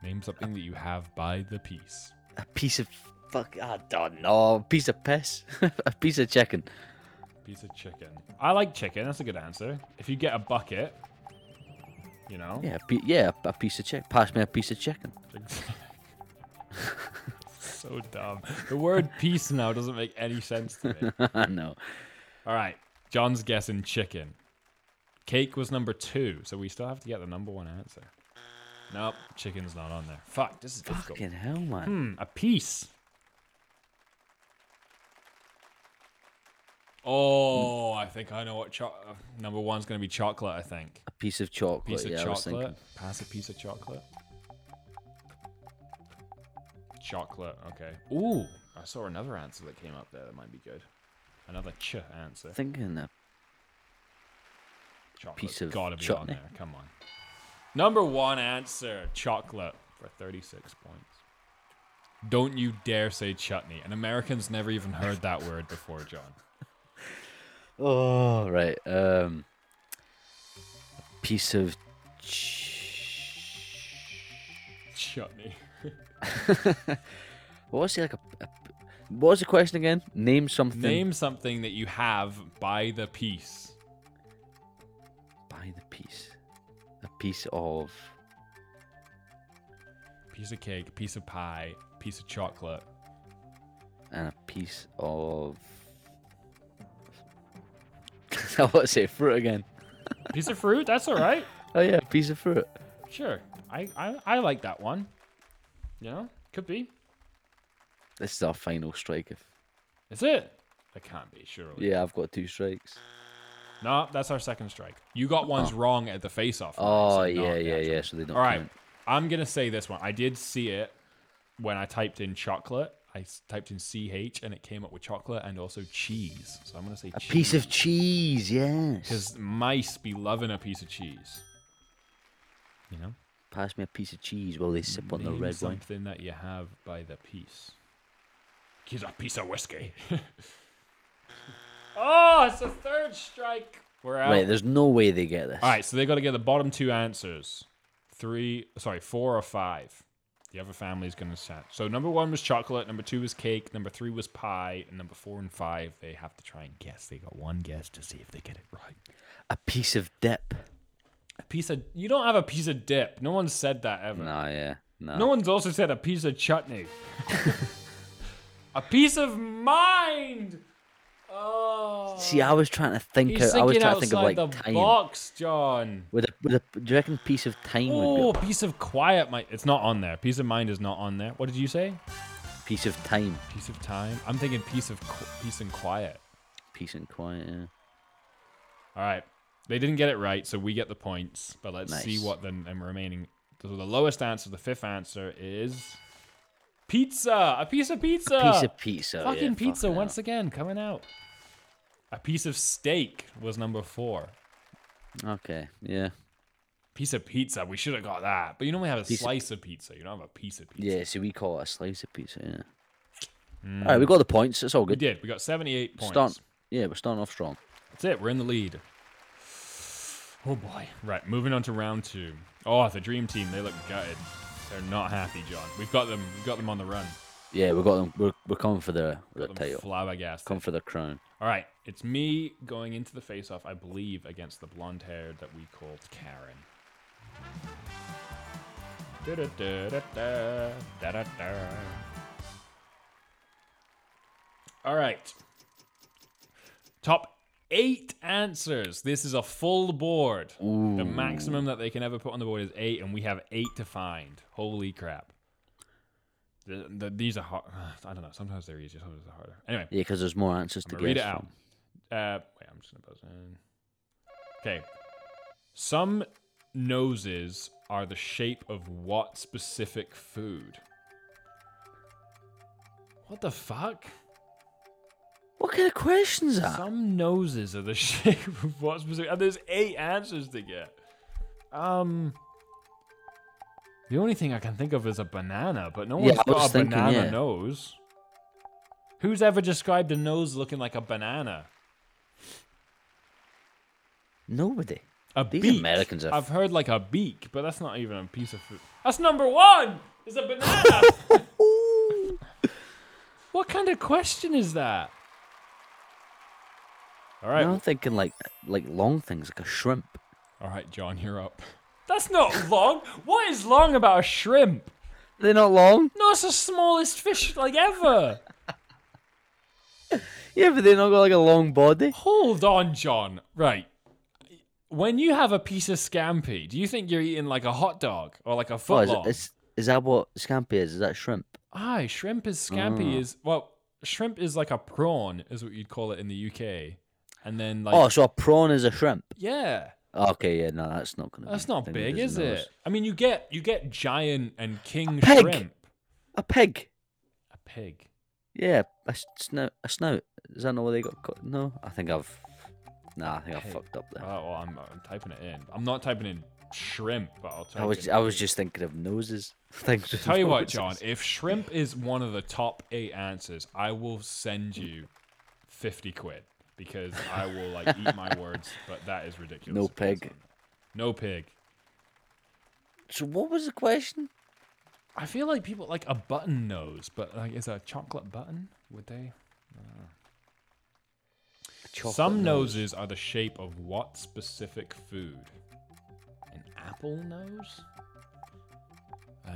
Name something that you have by the piece.
a piece of fuck I don't know, a piece of piss, *laughs* a piece of chicken.
Piece of chicken. I like chicken. That's a good answer. If you get a bucket, you know.
Yeah, a pi- yeah, a piece of chicken. Pass me a piece of chicken. *laughs*
*laughs* so dumb. The word piece now doesn't make any sense to
*laughs*
me.
no.
All right. John's guessing chicken. Cake was number two, so we still have to get the number one answer. Nope, chicken's not on there. Fuck, this is difficult.
Fucking hell, man.
Hmm, a piece. Oh, I think I know what cho- uh, number one's going to be chocolate. I think
A piece of chocolate.
piece of
yeah, I was thinking.
chocolate. Pass a piece of chocolate. Chocolate. Okay. Ooh, I saw another answer that came up there that might be good. Another ch answer.
Thinking that
Chocolate.
piece of
gotta be on
chutney.
there. Come on. Number one answer: chocolate for thirty-six points. Don't you dare say chutney. And Americans never even heard that word before, John.
Oh right. Um, a piece of. Ch-
Chutney.
what was it like? A, a, what was the question again? Name something.
Name something that you have by the piece.
By the piece. A piece of.
Piece of cake, piece of pie, piece of chocolate.
And a piece of. *laughs* I want to say fruit again.
Piece of fruit? That's all right.
Oh yeah, a piece of fruit.
Sure. I, I, I like that one. You know, could be.
This is our final strike. If
Is it? It can't be, surely.
yeah, I've got two strikes.
No, that's our second strike. You got ones wrong at the face off.
Uh-uh. Oh yeah, yeah, yeah. So they don't.
All right.
count.
I'm going to say this one. I did see it when I typed in chocolate. I s- typed in CH and it came up with chocolate and also cheese. So I'm going to say
A piece of cheese. Yes.
Because mice be loving a piece of cheese. You know?
Pass me a piece of cheese while they sip on the
Name
red wine.
something that you have by the piece. Here's a piece of whiskey. *laughs* oh, it's a third strike. We're out.
Right, there's no way they get this.
All right, so they got to get the bottom two answers. Three, sorry, four or five. The other family's going to set. So number one was chocolate. Number two was cake. Number three was pie. And number four and five, they have to try and guess. They got one guess to see if they get it right.
A piece of dip.
A piece of, you don't have a piece of dip. No one said that ever.
No, yeah. No.
No one's also said a piece of chutney. a piece of mind. Oh.
See, I was trying to think
He's
out, I was
thinking
trying to think of
outside
like
the
time.
box, John.
With a, with a, do you reckon piece of time
Oh,
would be
piece of quiet mind. It's not on there. Peace of mind is not on there. What did you say?
a piece of time?
Piece of time. I'm thinking piece of qu- peace and quiet.
Peace and quiet. Yeah.
All right. They didn't get it right, so we get the points. But let's see
Nice.
what the um, remaining. So the lowest answer, the fifth answer is pizza. A piece of pizza.
Piece of pizza. Oh, yeah,
Fucking pizza
fucking
once again coming out. A piece of steak was number four.
hell. Okay. Yeah.
Piece of pizza. We should have got that. But you normally have a
Piece of-
slice of pizza. You don't have a piece of pizza.
Yeah. So we call it a slice of pizza. Yeah.
Hmm.
All right, we got the points. It's all
We
good.
did. We got 78 points.
Start. Yeah, we're starting off strong.
That's it. We're in the lead. Oh boy. Right, moving on to round two. Oh, the dream team, they look gutted. They're not happy, John. We've got them we've got them on the run.
Yeah, we got them. We're, we're coming for the, the
Got them
title.
flabbergasted.
Come for the crown.
All right, it's me going into the face off, I believe, against the blonde hair that we called Karen. Da-da-da-da-da, da-da-da. All right. Top eight answers. This is a full board. The maximum that they can ever put on the board is eight, and we have eight to find. Holy crap. The, the, these are hard. *sighs* I don't know. Sometimes they're easier, sometimes they're harder. Anyway.
Yeah, because there's more answers to
I'm
guess.
gonna read it
from.
out. Uh, wait, I'm just gonna buzz in. Okay. Some noses are the shape of what specific food? What the fuck?
What kind of questions are?
Some noses are the *laughs* shape of what specific? And there's eight answers to get. Um. The only thing I can think of is a banana, but no
Yeah,
one's
I was
got a
thinking,
banana
yeah.
nose. Who's ever described a nose looking like a banana?
Nobody.
A
These
beak.
Americans are
I've heard like a beak, but that's not even a piece of fruit. That's number one. Is a
*laughs*
banana. what kind of question is that? All right,
I'm thinking like like long things like a shrimp.
all right, John, you're up. That's not *laughs* long. what is long about a shrimp?
They're not long.
No, it's the smallest fish like ever.
Yeah, but they not got like a long body.
Hold on, John. Right. When you have a piece of scampi, do you think you're eating like a hot dog or like a
Oh,
footlong?
is, is, is that what scampi is? Is that shrimp?
Aye, shrimp is
Mm.
scampi is well, shrimp is like a prawn is what you'd call it in the UK, and then like
Oh, so a prawn is a shrimp.
yeah,
Okay, yeah, no, that's not gonna.
that's
be
not
thing that
big,
doesn't
is
know
it?
us.
I mean, you get you get giant and king
pig.
shrimp,
A pig.
a pig.
Yeah, a s- snout. A snout. Is that not what they got? Caught? No, I think I've. Nah, I think I
Pig.
fucked up
Oh,
there.
well, I'm, I'm typing it in. I'm not typing in shrimp, but I'll type
I was
in-
I was just thinking of noses. *laughs* Things with
Tell you
*laughs*
what,
noses.
John, if shrimp is one of the top eight answers, I will send you fifty quid because I will like eat
*laughs*
my words. But that is ridiculous.
No
if that's
pig.
on there. No pig.
So what was the question?
I feel like people like a button nose, but like is a chocolate button? Would they?
Chocolate
Some
nose.
noses are the shape of what specific food? An apple nose? Uh,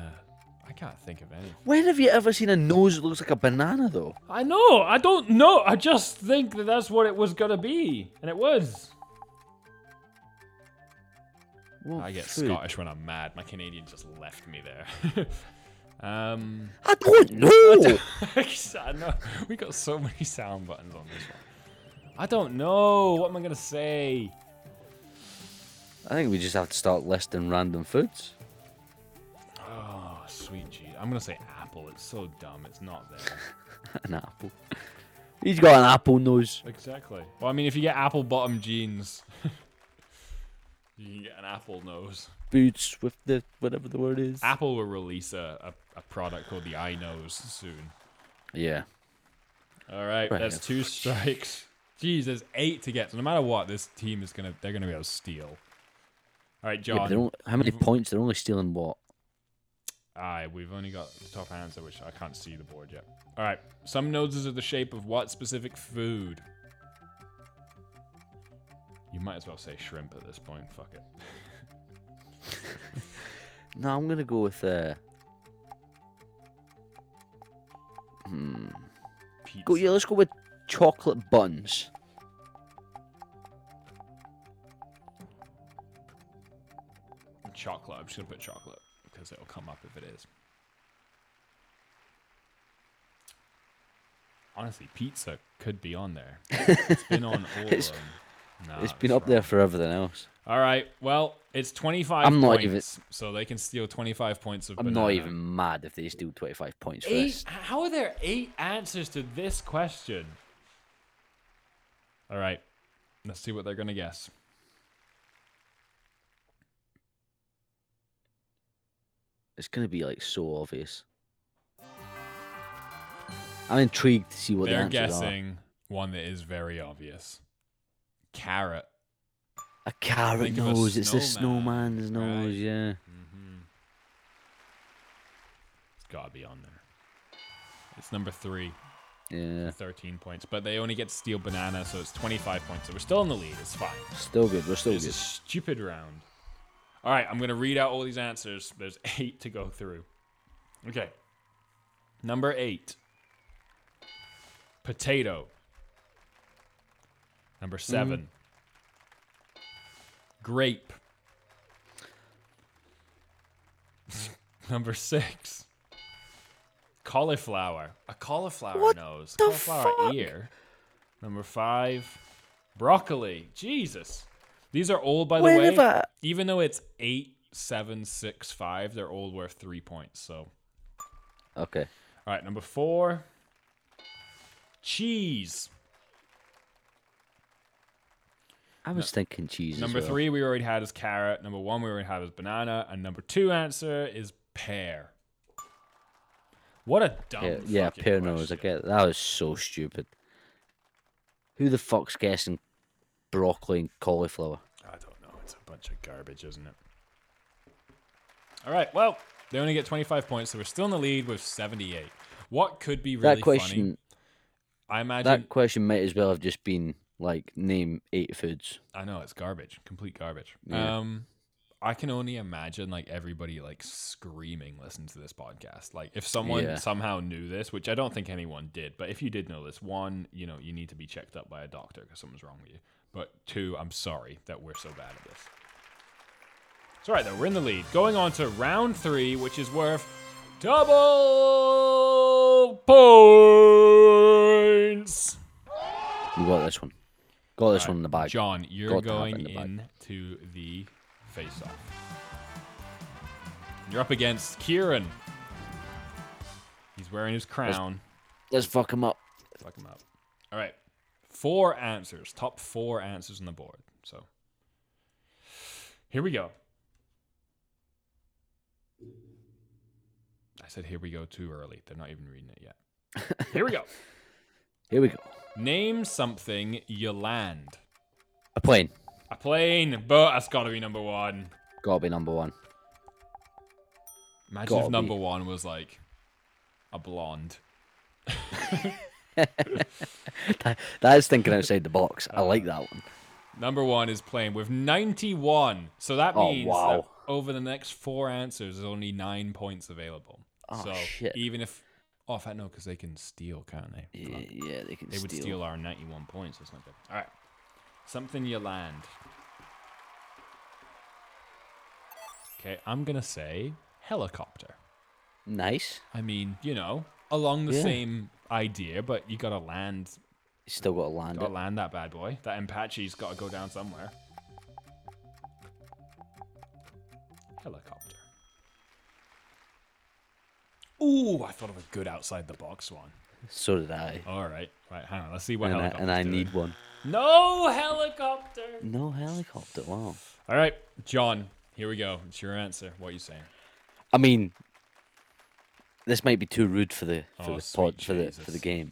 I can't think of any.
When have you ever seen a nose that looks like a banana though?
I know. I don't know. I just think that that's what it was gonna be, and it was.
What
I get
food?
Scottish when I'm mad. My Canadian just left me there. *laughs* um, *laughs*
I don't know.
I know. We got so many sound buttons on this one. I don't know. What am I gonna say?
*laughs* I think we just have to start listing random foods.
Oh, sweet gee. I'm gonna say apple. It's so dumb. It's not there.
*laughs* An apple. He's got an apple nose.
exactly. Well, I mean, if you get apple bottom jeans, *laughs* you can get an apple nose.
Boots with the whatever the word is.
Apple will release a, a, a product called the iNose soon.
Yeah.
All right,
Right.
that's two strikes. Jeez, there's eight to get. So no matter what, this team is gonna they're gonna be able to steal. All right,
Yeah, but
John.
they don't, how many points? They're only stealing what?
Aye, we've only got the top answer, which I can't see the board yet. All right, some noses are the shape of what specific food? You might as well say shrimp at this point. Fuck it.
No, I'm gonna go with uh. Hmm.
Pizza.
Go yeah. Let's go with chocolate buns.
Chocolate. I'm just gonna put chocolate because it'll come up if it is. Honestly, pizza could be on
*laughs*
there. It's been on all
It's-
of them. Nah,
it's been
that's
up there for everything else.
wrong. All right. Well, it's 25
I'm not
points,
even-
so they can steal 25 points of
I'm
banana.
not even mad if they steal 25 points for
Eight?
this.
How are there eight answers to this question? All right, let's see what they're gonna guess.
It's gonna be like so obvious. I'm intrigued to see what
they're
the answers are.
guessing one that is very obvious. Carrot.
A carrot
Think of a
nose. it's the
snowman,
snowman's
right.
nose. Yeah.
It's gotta be on there. It's number three,
Yeah.
13 points, but they only get to steal banana, so it's 25 points. So we're still in the lead. It's fine.
Still good. We're still
It's a
good.
stupid round. All right, I'm going to read out all these answers. There's *laughs* eight to go through. Okay. Number eight potato. Number seven
Mm.
grape. *laughs* Number six cauliflower. A cauliflower nose.
the
cauliflower
fuck?
ear. Number five Broccoli. Jesus. These are all, by the
Where
way,
have I-
even though it's eight, seven, six, five, they're all worth three points. So, all
Okay.
right, number four cheese.
I was thinking cheese. as
Number
well.
three, we already had is carrot. Number one, we already had is banana. And number two answer is pear. What a dumb
Yeah, yeah
Oh, fucking
pear nose. I
question.
get that was so stupid. Who the fuck's guessing broccoli and cauliflower?
It's a bunch of garbage, isn't it? All right. Well, they only get 25 points, so we're still in the lead with 78. What could be really
that question,
funny? I imagine.
that question might as well have just been like name eight foods.
I know it's garbage, complete garbage.
Yeah.
Um, I can only imagine like everybody like screaming listening to this podcast. Like if someone
Yeah.
somehow knew this, which I don't think anyone did, but if you did know this, one, you know, you need to be checked up by a doctor because something's wrong with you. But two, I'm sorry that we're so bad at this. It's all right though. We're in the lead. Going on to round three, which is worth double points.
You got this one. Got this one in the bag.
John, you're
Got to have it
going
in the bag.
in to the face off. You're up against Kieran. He's wearing his crown.
Let's fuck him up.
Fuck him up. All right. Four answers. Top four answers on the board. So here we go. I said here we go too early. They're not even reading it yet.
*laughs*
Here we go.
Here we go.
Name something you land.
A plane.
A plane, but that's gotta be number one.
Gotta be number one. *laughs*
Imagine
Gotta
if
be.
number one was like a blonde.
That, that is thinking outside the box. I like that one.
Number one is playing with 91. So that
Oh,
means that
wow.
over the next four answers, there's only nine points available.
Oh,
so
shit.
even if. Oh, in fact, no, because they can steal, can't they?
Yeah,
Fuck.
yeah they can
They would steal. our 91 points. That's not good. All right. Something you land. Okay, I'm going to say helicopter.
Nice.
I mean, you know, along the
Yeah.
same idea, but you gotta land,
You still gotta land
gotta
it.
land that bad boy. That Apache's gotta go down somewhere. Helicopter. Ooh, I thought of a good outside the box one.
So did I.
All right, right, hang on, let's see what
And I,
helicopter.
and I need one.
no helicopter.
No helicopter. Wow.
All right, John, here we go. It's your answer. What are you saying?
I mean, this might be too rude for the for
Oh,
the
sweet
pod for the for the
Jesus.
game.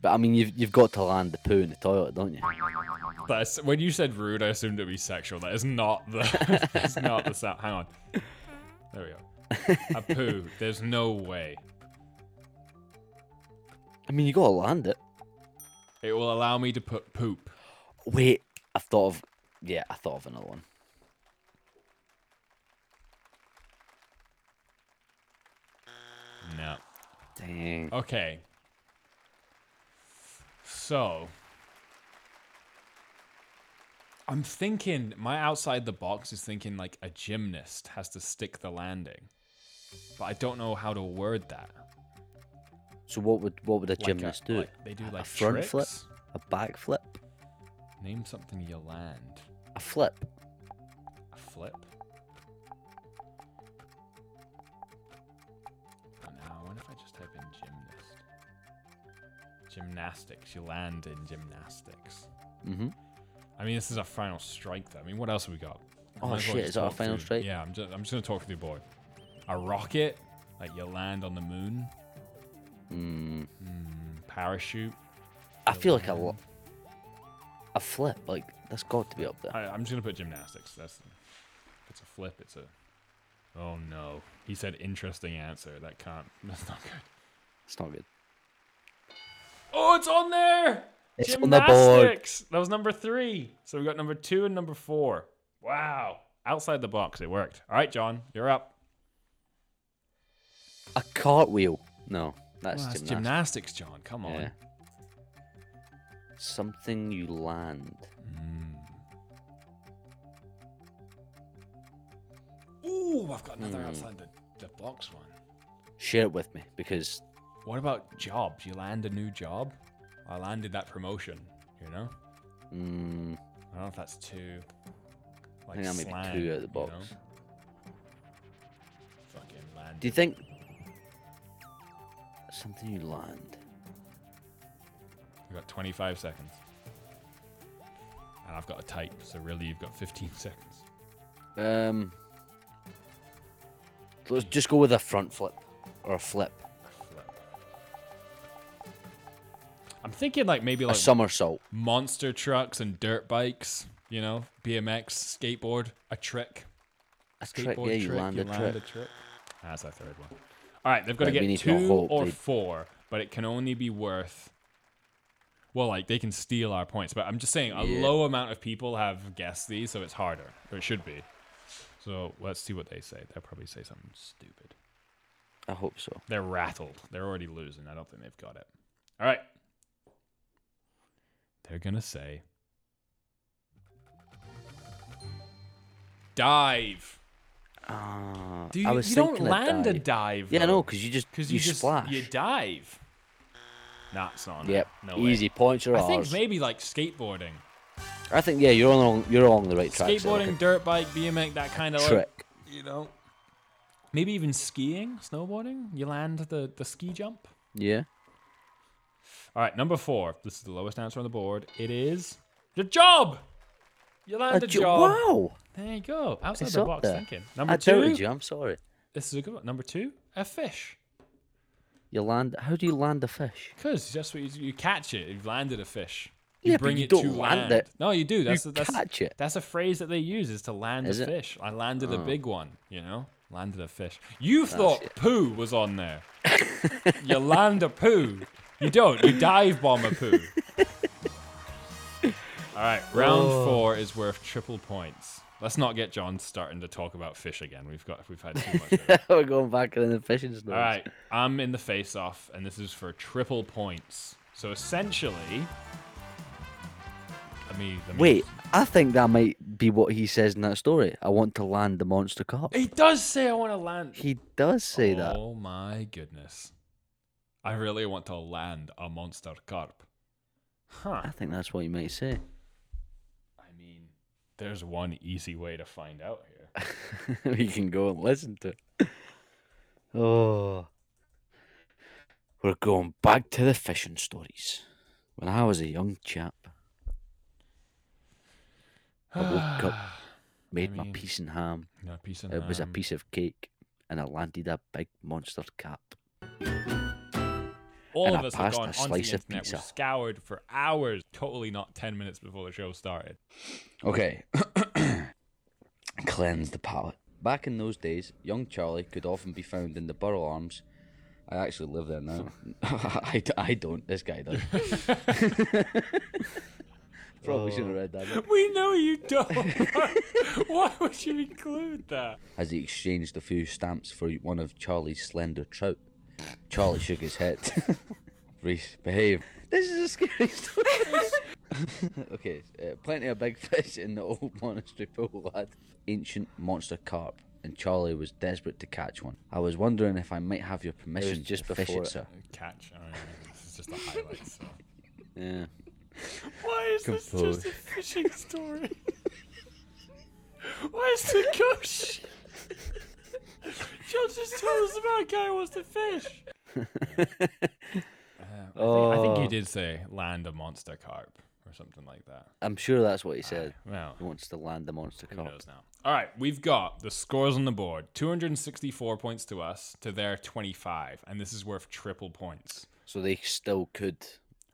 But I mean, you've you've got to land the poo in the toilet, don't you?
That's when you said rude, I assumed it'd be sexual. That is not the *laughs* that's not the sound. Hang on. There we go. A poo. There's no way.
I mean, you gotta land it.
It will allow me to put poop.
Wait, I've thought of yeah, I thought of another one.
No.
Dang.
Okay. So I'm thinking my outside the box is thinking like a gymnast has to stick the landing. But I don't know how to word that.
So what would what would a
Like a-
gymnast do?
like- they do like
a front flip,
tricks?
a back flip,
Name something you land.
a flip.
A flip. Oh no, I wonder if I just type in gymnast. Gymnastics. You land in gymnastics.
Mm-hmm.
I mean, this is our final strike, though. I mean, what else have we got?
Oh,
Might as well
shit,
just
is that our
talk
final
through-
strike?
Yeah, I'm just, I'm just going to talk through the board. A rocket. Like you land on the moon. Hmm,
Mm.
Parachute.
I feel like a lo- a flip like that's got to be up there.
I, I'm just going to put gymnastics. That's. if It's a flip. It's a. Oh no. He said interesting answer. That can't. *laughs* That's not good.
It's not good.
Oh, it's on there.
It's on the board.
Gymnastics. That was number three. So we got number two and number four. Wow. Outside the box, it worked. All right, John, you're up.
A cartwheel. No, that's,
Well, that's
gymnast-
gymnastics, John. Come on.
Yeah. Something you land.
Ooh, I've got
Hmm.
another outside the, the box one.
Share it with me because
What about jobs? You land a new job? I landed that promotion, you know?
mm,
I don't know if that's too.
I
Like,
think that may
slang,
be two out of
you
the box.
know? Fucking land.
Do you think something you land?
We've got 25 seconds. And I've got a type, so really you've got 15 *laughs* seconds.
Um, let's just go with a front flip or a flip,
Flip. I'm thinking like maybe
a
like
somersault.
monster trucks and dirt bikes. you know, BMX, skateboard, a trick.
A trick, yeah, you land a trick.
Ah, That's our third one. All right, they've got
Like, we
to
need
get
to not
two
hope
or
they-
four, but it can only be worth. Well, like they can steal our points, but I'm just saying a
Yeah.
low amount of people have guessed these, so it's harder, or it should be. So let's see what they say. They'll probably say something stupid.
I hope so.
They're rattled. They're already losing. I don't think they've got it. All right. They're going to say dive.
Ah,
Do you,
I was
you don't
thinking a
land a
dive.
dive.
Yeah,
though,
no, because you just because
you,
you,
just
splash.
you dive. Nah, it's not. on
yep,
there. No way.
easy points are
I
ours.
think maybe like skateboarding,
I think yeah, you're on you're along the right track. so like
skateboarding, dirt bike, BMX, that kind
a
of like
trick.
you know. Maybe even skiing, snowboarding. You land the the ski jump.
Yeah.
All right, number four. This is the lowest answer on the board. It is the job. You land a,
ju-
job.
Wow.
There you go. Outside
It's
the
up
box
there.
thinking.
I
Number two.
doubted you. I'm sorry.
This is a good one. Number two, a fish.
You land. How do you land a fish?
Because that's what you, you catch it. You've landed a fish.
Yeah,
You
but
bring
you
it
don't
to
land
land.
it.
No, you do. That's
You
that's
catch it. *laughs*
that's a phrase that they use is to land
Is
a
it?
fish. I landed a big one. You know, landed a fish.
Oh,
You thought poo was on there.
*laughs*
you land a poo. You don't. You dive bomb a poo. All right, round
Oh.
four is worth triple points. Let's not get John starting to talk about fish again. We've got we've had too much. Of it.
We're going back in the fishing stories.
All right, I'm in the face off, and this is for triple points. So essentially, let me, let me-
Wait, I think that might be what he says in that story. I want to land the monster cop.
He does say I want to land.
He does say that.
Oh my goodness! I really want to land a monster carp. Huh?
I think that's what he might say. *laughs*
I mean, there's one easy way to find out here.
we can go and listen to. it. Oh, we're going back to the fishing stories. When I was a young chap,
*sighs*
I woke up, made my
mean, um,
piece and ham.
No piece of
It was a
ham.
piece of cake, and I landed a big monster cap.
All
and
of
I
us have
passed
gone
a
onto the
slice of
internet. We
pizza.
E scoured for hours, totally not ten minutes before the show started.
Okay. *coughs* Cleanse the palate. Back in those days, young Charlie could often be found in the Borough Arms. I actually live there *laughs* now. I, d- I don't. This guy does. *laughs* Probably should have read that. bit.
We know you don't. *laughs* Why would you include that?
As he exchanged a few stamps for one of Charlie's slender trout, Charlie shook his head. *laughs* Reese, behave. This is a scary story. *laughs* okay, uh, plenty of big fish in the old *laughs* monastery pool, lad. Ancient monster carp, and Charlie was desperate to catch one. I was wondering if I might have your permission just to fish it, sir.
Catch. All right. This is just a highlight. So.
Yeah.
Why is this just a fishing story? Why is the gosh? John just told us about a guy who wants to fish. Uh, I, think, you did say land a monster carp or something like that.
I'm sure that's what he said.
Well,
He wants to land the monster
Who
carp.
knows now? All right, we've got the scores on the board 264 points to us, to their 25, and this is worth triple points.
So they still could.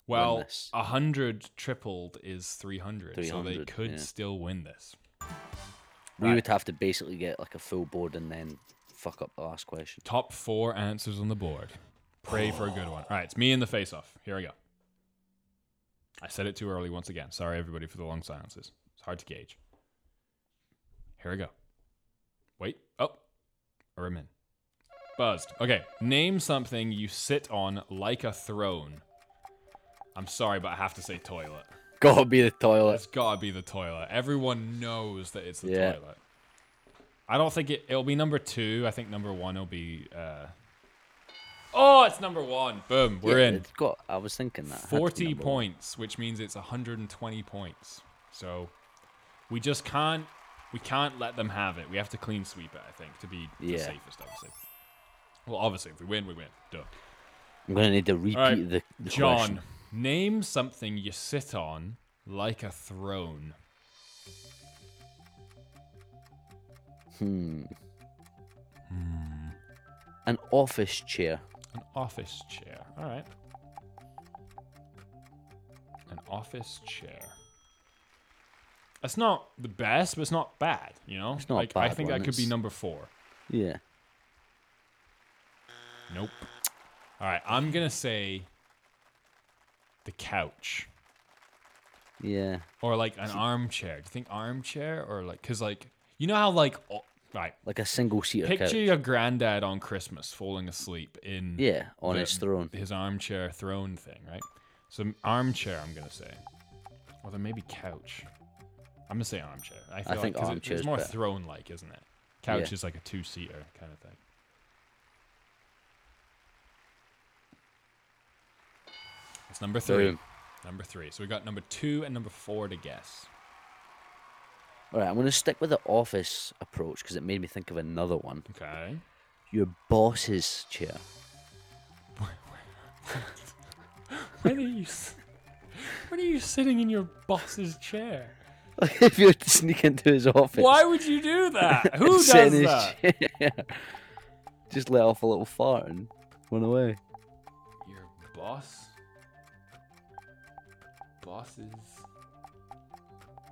Well,
this.
100 tripled is 300, so they
300,
could
yeah.
still win this.
We
Right.
would have to basically get like a full board and then fuck up the last question.
Top four answers on the board. Pray for a good one. All right, it's me in the face off. Here we go. I said it too early once again. Sorry, everybody, for the long silences. It's hard to gauge. Here we go. Wait. Oh, I'm in. Buzzed. Okay, name something you sit on like a throne. I'm sorry, but I have to say toilet.
*laughs* Gotta be the toilet.
It's gotta be the toilet. Everyone knows that it's the
Yeah.
toilet. I don't think it, it'll be number two. I think number one will be. Uh... Oh, it's number one. Boom, we're in.
It's got. I was thinking that. it had to be
40
number one.
points, which means it's 120 points. So we just can't. We can't let them have it. We have to clean sweep it, I think, to be the
Yeah.
safest, obviously. Well, obviously, if we win, we win. Duh.
I'm gonna need to repeat
All right,
the, the
John,
question.
name something you sit on like a throne.
An office chair.
An office chair. All right. An office chair. It's not the best, but it's not bad. You know,
It's not a
like I
bad
think
one,
that could be
it's-
number four.
Yeah.
Nope. All right, I'm gonna say the couch
Yeah.
or like an armchair. Do you think armchair or like because like you know how like all, right
Like a single seater
picture
couch.
your granddad on Christmas falling asleep in
Yeah, on
the-
his throne.
his armchair throne thing, right? So m- armchair, I'm gonna say, or then maybe couch. I'm gonna say armchair. I, feel like,
think
'cause it-
armchair's
it's more
better.
throne like, isn't it? Couch
Yeah.
is like a two seater kind of thing. It's number three.
Boom.
Number three. So we got number two and number four to guess.
All right, I'm going to stick with the office approach because it made me think of another one.
Okay.
Your boss's chair. *laughs*
When are you? s- When are you sitting in your boss's chair?
Like if you were to sneak into his office,
Why would you do
*laughs*
that? Who
and
does
sit in his
that?
chair, *laughs* just let off a little fart and run away.
Your boss? Bosses?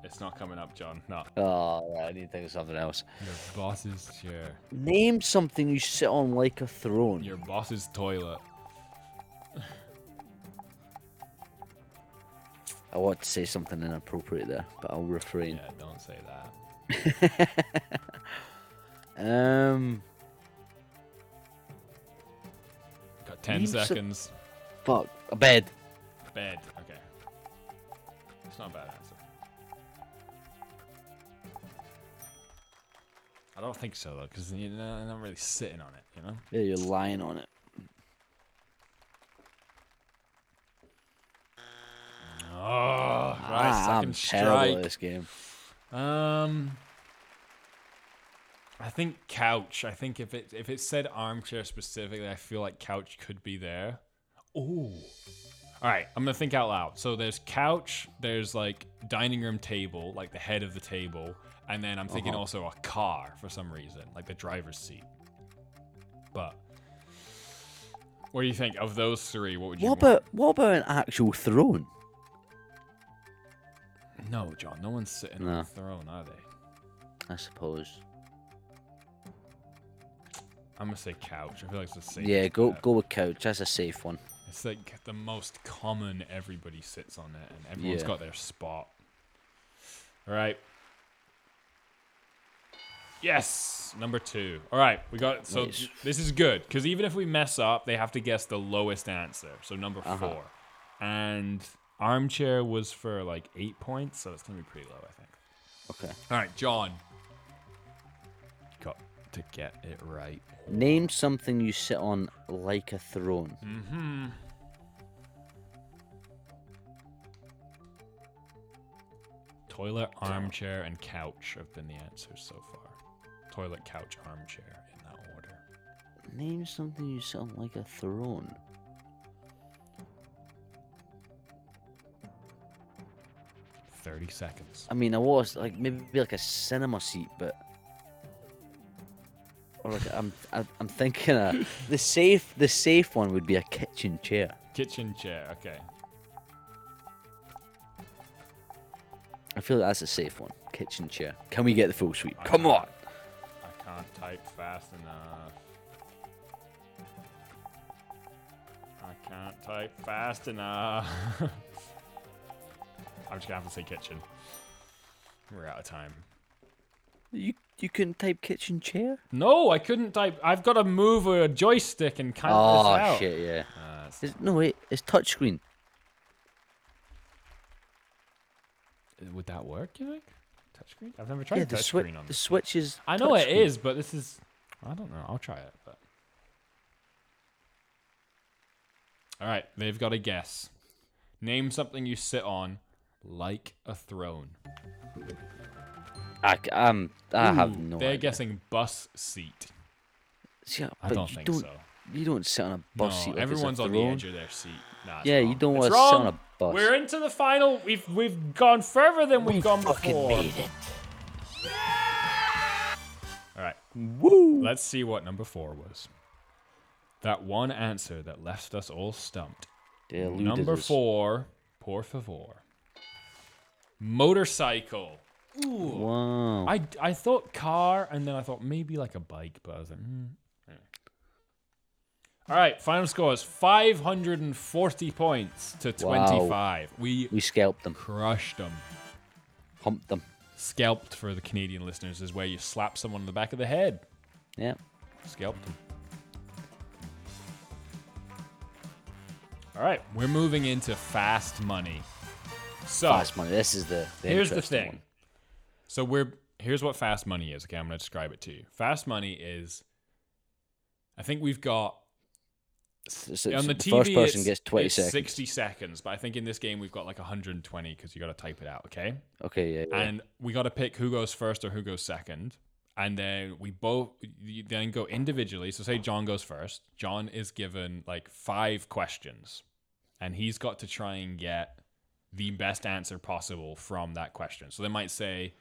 It's not coming up, John. No.
Oh, right, I need to think of something else.
Your boss's chair.
Name something you sit on like a throne.
Your boss's toilet.
I want to say something inappropriate there, but I'll refrain.
Yeah, don't say that.
*laughs* Um,
Got 10
You said-
seconds.
fuck, a bed.
Bed. Okay. It's not a bad answer. I don't think so, though, because you're not not really sitting on it, you know?
Yeah, you're lying on it.
Oh, right,
ah, I'm
second
terrible
strike.
at this game.
Um, I think couch. I think if it if it said armchair specifically, I feel like couch could be there. Oh, all right. I'm gonna think out loud. So there's couch. There's like dining room table, like the head of the table, and then I'm
Uh-huh.
thinking also a car for some reason, like the driver's seat. But what do you think of those three? What would you?
What
want?
about what about an actual throne?
No, John. No one's sitting on
No.
the throne, are they?
I suppose.
I'm gonna say couch. I feel like it's the same.
Yeah, go go with couch. That's a safe one.
It's like the most common. Everybody sits on it, and everyone's
Yeah.
got their spot. All right. Yes, number two. All right, we got so
Nice.
this is good because even if we mess up, they have to guess the lowest answer. So number four, and armchair was for like eight points, so it's gonna be pretty low, I think.
Okay.
All right, John, got to get it right.
Name something you sit on like a throne.
Mm-hmm. Toilet, armchair, and couch have been the answers so far. Toilet, couch, armchair in that order.
Name something you sit on like a throne.
Thirty seconds.
I mean, I was like maybe like a cinema seat, but or like I'm I- I'm thinking a, the safe the safe one would be a kitchen chair.
Kitchen chair. Okay.
I feel like that's a safe one. Kitchen chair. Can we get the full sweep? Come on.
I can't type fast enough. I can't type fast enough. *laughs* I'm just gonna have to say kitchen. We're out of time.
You you couldn't type kitchen chair?
No, I couldn't type. I've got to move a joystick and count this
Oh
out.
shit, yeah.
Uh, it's-
It's- no wait, it's touchscreen.
would that work? You think? Touchscreen? I've never tried
Yeah,
touch
the
touchscreen
switch
on
the
this.
switch is.
I know it
touchscreen.
is, but this is. I don't know. I'll try it. But all right, they've got a guess. Name something you sit on, like a throne.
I, am I have
Ooh,
no
They're
idea.
guessing bus seat.
See,
I
but
don't
you
think
don't,
so.
You don't sit on a bus
no,
seat. Like
Oh, everyone's
it's a
on the
throne.
edge of their seat. Nah, it's
Yeah, you
wrong.
don't
It's
wanna sit on
wrong.
a bus.
We've into the final. We've we've gone further than we've,
We
gone
fucking
before.
made it.
All right,
Woo!
let's see what number four was. That one answer that left us all stumped.
They eluded
Number
us.
four, por favor. Motorcycle. Ooh.
Wow.
I, I thought car, and then I thought maybe like a bike, but I was like, mm. all right. Final score is 540 points to
Wow.
25. We
We scalped them,
crushed them.
humped them.
Scalped for the Canadian listeners is where you slap someone in the back of the head.
Yeah.
Scalped them. All right, we're moving into fast money. So
Fast money. This is the, the
here's the
interesting
thing.
one.
So we're here's what fast money is. Okay, I'm going to describe it to you. Fast money is. I think we've got
So- so-
on
so
the,
the
TV.
first person
it's-
gets 20
it's
seconds.
Sixty seconds, but I think in this game we've got like 120 because you got to type it out. Okay,
Okay, yeah. yeah.
and we got to pick who goes first or who goes second, and then we both you then go individually. So say John goes first. John is given like five questions, and he's got to try and get the best answer possible from that question. So they might say,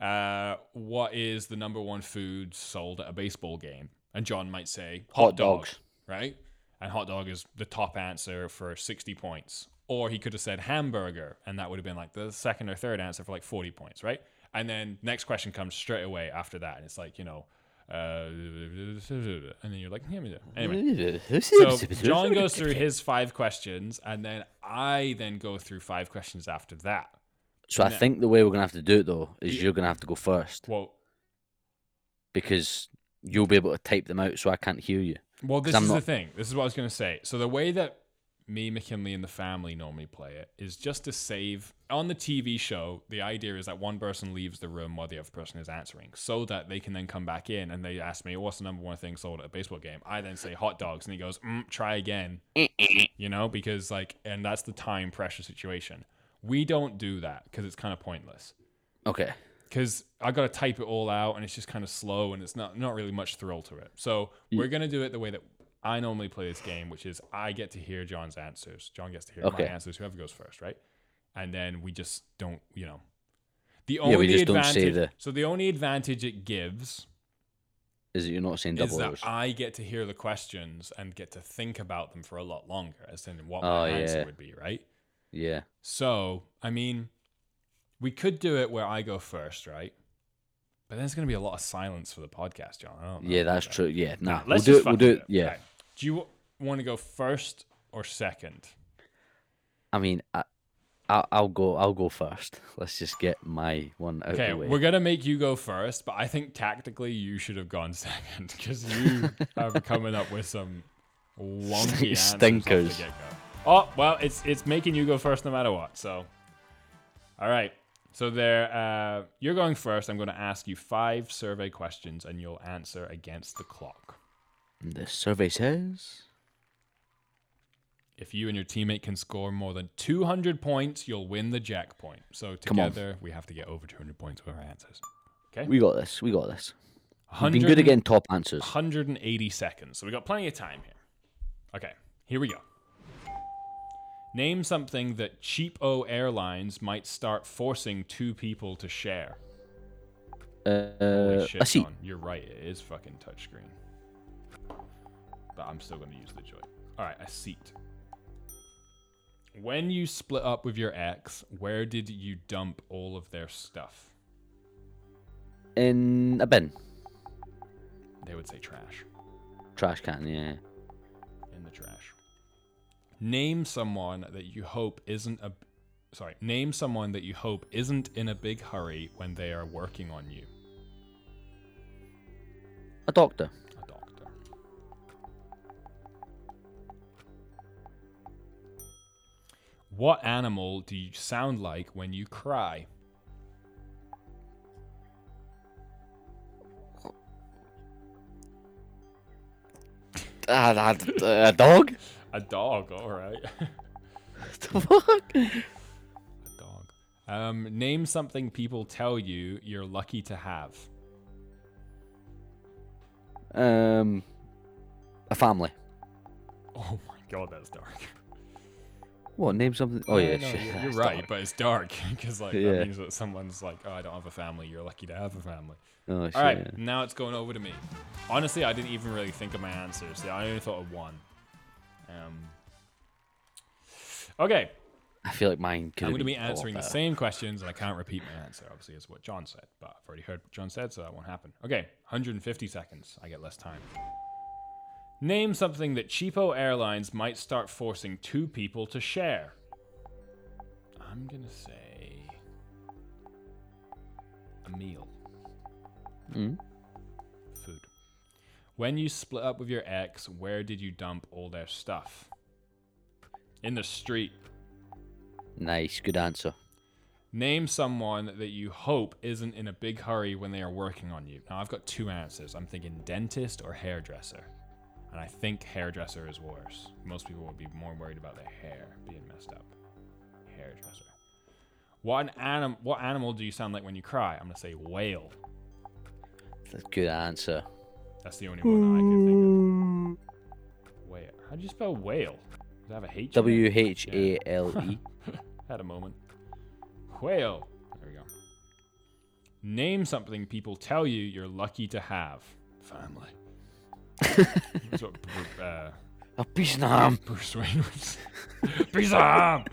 uh, "What is the number one food sold at a baseball game?" And John might say, "Hot,
Hot
dog,"
dogs.
right? And hot dog is the top answer for sixty points. Or he could have said hamburger, and that would have been like the second or third answer for like forty points, right? And then next question comes straight away after that, and it's like you know, uh, and then you're like, anyway.
*laughs*
So John goes through his five questions, and then I then go through five questions after that.
So I think the way we're gonna have to do it though is you're gonna have to go first
Well,
because you'll be able to type them out, so I can't
*laughs*
hear you.
well, this
'Cause I'm
is the
not-
thing. This is what I was going to say. So the way that me, McKinley, and the family normally play it is just to save. On the TV show, the idea is that one person leaves the room while the other person is answering, so that they can then come back in and they ask me, "What's the number one thing sold at a baseball game?" I then say hot dogs, and he goes, mm, "Try again." you know because like and that's the time pressure situation we don't do that because it's kind of pointless
Okay.
because i gotta type it all out and it's just kind of slow and it's not not really much thrill to it so we're gonna do it the way that i normally play this game which is i get to hear john's answers john gets to hear
Okay.
my answers whoever goes first right and then we just don't you know the
we
only
just don't
advantage
say the-
so the only advantage it gives
Is it you're not saying
is
double
that
O's?
I get to hear the questions and get to think about them for a lot longer as to what
Oh,
my answer
yeah.
would be, right?
Yeah.
So, I mean, we could do it where I go first, right? But then it's going to be a lot of silence for the podcast, John. I don't know.
Yeah, that's true. Yeah. Nah. we'll
Let's
do
just
it. We'll
fucking
do it. Yeah.
Okay. Do you want to go first or second?
I mean, I, I, I'll go. I'll go first. Let's just get my one out
Okay,
the way.
we're going to make you go first, but I think tactically you should have gone *laughs* second because you are coming up with some wonky answers off the
Stinkers.
get-go. Oh, well, it's it's making you go first no matter what. So, all right. So there, uh, you're going first. I'm going to ask you five survey questions, and you'll answer against the clock.
The survey says.
If you and your teammate can score more than 200 points, you'll win the jack point. So
on.
together, we have to get over 200 points with our answers.
We got this. We got this. We've
100
been good at getting top answers.
180 seconds. So we got plenty of time here. Okay, here we go. Name something that cheapo airlines might start forcing two people to share. Holy
Uh,
shit,
a seat.
John, You're right. It is fucking touchscreen. But I'm still going to use the joy. All right, a seat. When you split up with your ex, where did you dump all of their stuff?
in a bin.
They would say trash.
Trash can. Yeah.
in the trash. Name someone that you hope isn't a sorry, name someone that you hope isn't in a big hurry when they are working on you. *laughs*
A doctor.
A doctor. What animal do you sound like when you cry?
Ah, a *laughs* dog.
A dog, all right. *laughs*
the fuck?
a dog. Um, name something people tell you you're lucky to have.
Um, a family.
Oh my god, that's dark.
What name something? Oh yeah,
no,
shit, *laughs*
you're, you're
that's
right,
dark.
but it's dark *laughs* because like
Yeah.
that means that someone's like, oh, I don't have a family. You're lucky to have a family.
Oh, shit.
All right, now it's going over to me. Honestly, I didn't even really think of my answers. I only thought of one. Um. Okay,
I feel like mine could.
I'm going
have
to be
been a lot
answering the
better.
same questions, and I can't repeat my answer, obviously, is what John said. But I've already heard what John said, so that won't happen. Okay, 150 seconds. I get less time. Name something that cheapo airlines might start forcing two people to share. I'm going to say a meal.
Mm.
Food. When you split up with your ex, where did you dump all their stuff? In the street.
Nice, good answer.
Name someone that you hope isn't in a big hurry when they are working on you. Now, I've got two answers. I'm thinking dentist or hairdresser. And I think hairdresser is worse. Most people would be more worried about their hair being messed up. Hairdresser. What, an anim- what animal do you sound like when you cry? I'm going to say whale.
That's a good answer.
That's the only one that I could think of. Whale. How do you spell whale? Does it have a H? in it?
W H A L
*laughs*
E.
Had a moment. Whale. There we go. Name something people tell you you're lucky to have.
*laughs*
Family. That's what Bru- uh,
A piece of ham.
Bruce Wayne would say. Piece of ham.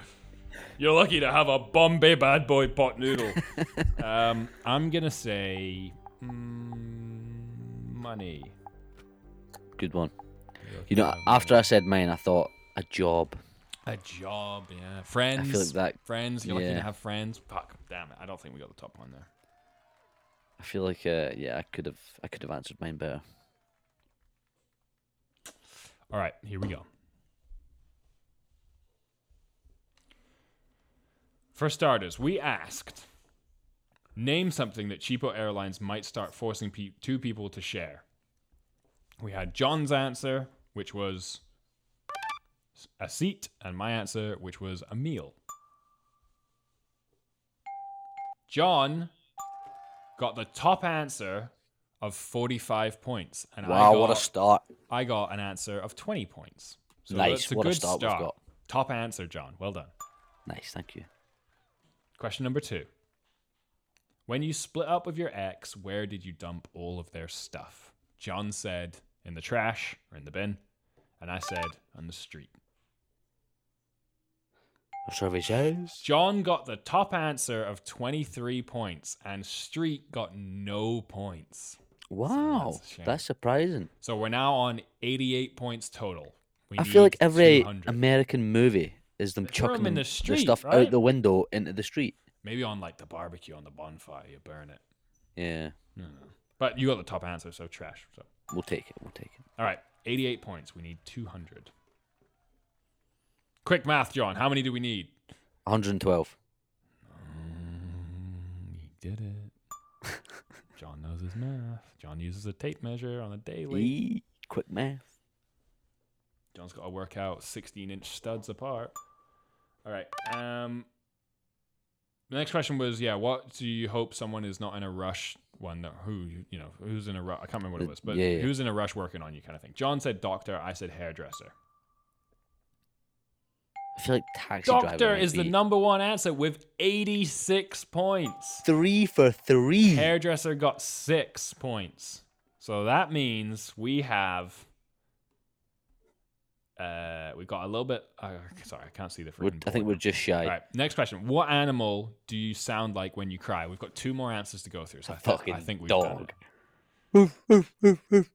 You're lucky to have a Bombay bad boy pot
*laughs*
noodle. um, I'm gonna say mm, money.
Good one.
You're lucky
You
to
know,
have
after I said mine, I thought a job.
A job, yeah. Friends.
like that-
friends. You're lucky
yeah.
to have friends. Fuck, damn it. I don't think we got the top one there.
I feel like, uh, yeah, I could have, I could have answered mine better.
All right, here we go. For starters, we asked name something that cheapo airlines might start forcing pe- two people to share. We had John's answer, which was s- a seat, and my answer, which was a meal. John got the top answer of 45 points, and I
Wow,
got
what a start!
I got an answer of 20 points. So
Nice,
that's a
what a
good
start we've got.
Top answer, John. Well done.
Nice, thank you.
Question number two. When you split up with your ex, where did you dump all of their stuff? John said, in the trash or in the bin. And I said, on the street.
Services.
John got the top answer of 23 points, and street got no points.
Wow,
a shame.
that's surprising.
So we're now on 88 points total. We
I feel like
need
every
200.
American movie is them
They throw 'em
chucking
in the
their
street,
stuff
right?
out the window into the street.
Maybe on like the barbecue, on the bonfire, you burn it.
Yeah,
No, no. But you got the top answer, so trash. So
we'll take it. We'll take it.
all right, eighty-eight points. We need two hundred. Quick math, John. How many do we need?
112.
Mm, He did it. *laughs* John knows his math. John uses a tape measure on a daily.
Eee, quick math.
John's got to work out sixteen-inch studs apart. All right. Um. The next question was, yeah, what do you hope someone is not in a rush? One that who you you know who's in a rush? I can't remember what it
The-
was, but
yeah, yeah.
who's in a rush working on you kind of thing. John said doctor. I said hairdresser.
I feel like taxi driver
Doctor
might
is the
be
number one answer with 86 points.
three for three.
Hairdresser got six points. So that means we have. Uh, we've got a little bit. Uh, sorry, I can't see the
We're-
freaking.
I think
board.
we're just shy.
All right, next question. What animal do you sound like when you cry? We've got two more answers to go through, so I, thi-
Fucking
I think we've done
dog.
it.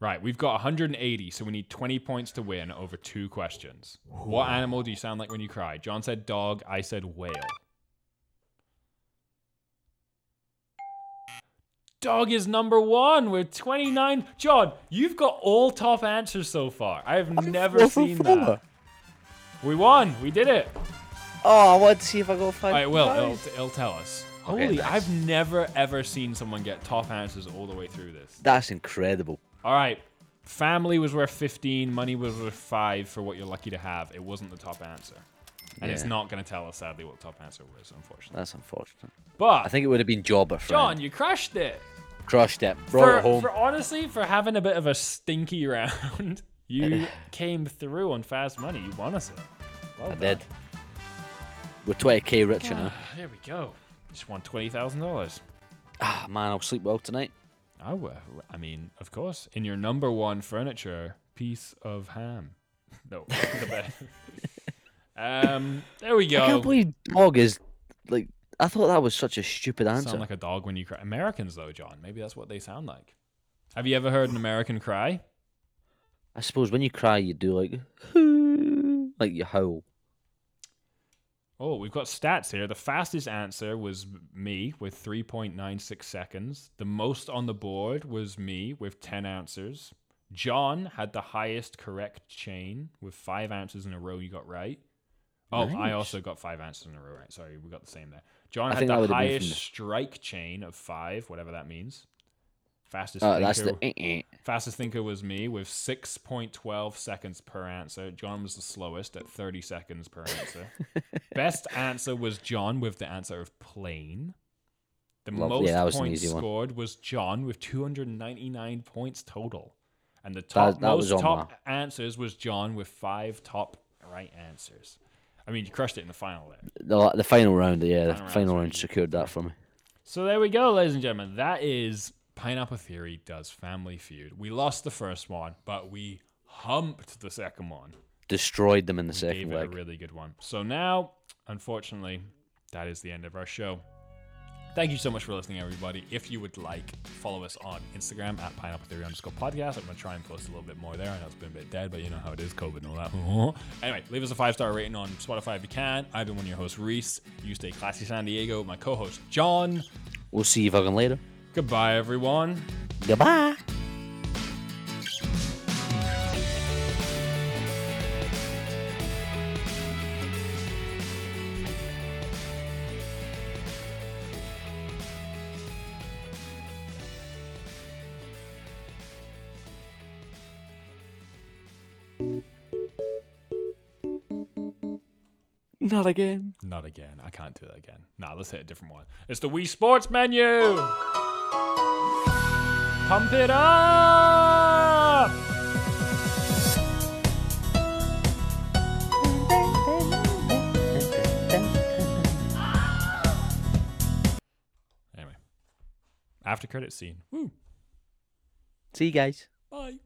Right, we've got 180, so we need 20 points to win over two questions. What animal do you sound like when you cry? John said dog, I said whale. Dog is number one with 29. John, you've got all top answers so far. I've never
four for
seen
four.
that. We won. We did it.
Oh, I want to see if I got five.
All right, Will,
points.
it'll, it'll tell us.
Okay,
Holy,
nice.
I've never ever seen someone get top answers all the way through this.
That's incredible.
All right. Family was worth 15, money was worth 5 for what you're lucky to have. It wasn't the top answer. And it's
Yeah.
not going to tell us, sadly, what the top answer was, unfortunately.
That's unfortunate.
But,
I think it would have been job or friend.
John, you crushed it.
crushed it. Brought
For,
it home.
for honestly, for having a bit of a stinky *laughs* round,
*laughs*
you came through on fast money. You won us
*sighs*
it. Well
I
done.
did. We're 20k richer now.
Here we go. Just won $20,000.
Ah, man, I'll sleep well tonight.
I would. I mean, of course, in your *laughs*
*laughs*
number one furniture piece of ham. No, the bed. Um, there we go.
I can't believe dog is like. I thought that was such a stupid answer.
sound like a dog when you cry. Americans though, John. Maybe that's what they sound like. Have you ever heard an American cry?
I suppose when you cry, you do like, *laughs* like you howl.
Oh, we've got stats here. The fastest answer was me with 3.96 seconds. The most on the board was me with 10 answers. John had the highest correct chain with five answers in a row you got right. Oh, I
Nice.
also got five answers in a row right. Sorry, we got the same there. John
I
had
think that
the
would've been from
highest
the-
strike chain of five, whatever that means. Fastest
Oh, that's the.
thinker-
eh, eh.
Fastest thinker was me with 6.12 seconds per answer. John was the slowest at 30 seconds per
*laughs*
answer. Best answer was John with the answer of plane. The
Lovely, yeah, that was
most
an
points
easy one.
scored was John with 299 points total. And the top
that
most
was on
top answers was John with five top right answers. I mean, you crushed it in the final there.
The, the final round, yeah, the
Final round's
final
really
round secured that for me.
So there we go, ladies and gentlemen. That is Pineapple Theory does Family Feud. We lost the first one, but we humped the second one.
Destroyed them in the
Gave
second
it a
leg.
really good one. So now, unfortunately, that is the end of our show. Thank you so much for listening, everybody. If you would like, follow us on Instagram at pineapple theory underscore podcast. I'm going to try and post a little bit more there. I know it's been a bit dead, but you know how it is, COVID and all that. *laughs* anyway, leave us a five star rating on Spotify if you can. I've been one of your hosts, Reese. You stay classy, San Diego. My co host, John.
We'll see you fucking later.
Goodbye, everyone.
Goodbye. Not again.
Not again. I can't do that again. Nah, let's hit a different one. It's the Wii Sports menu. Pump it up. Anyway, after credit scene. Woo.
*laughs* See you guys.
Bye.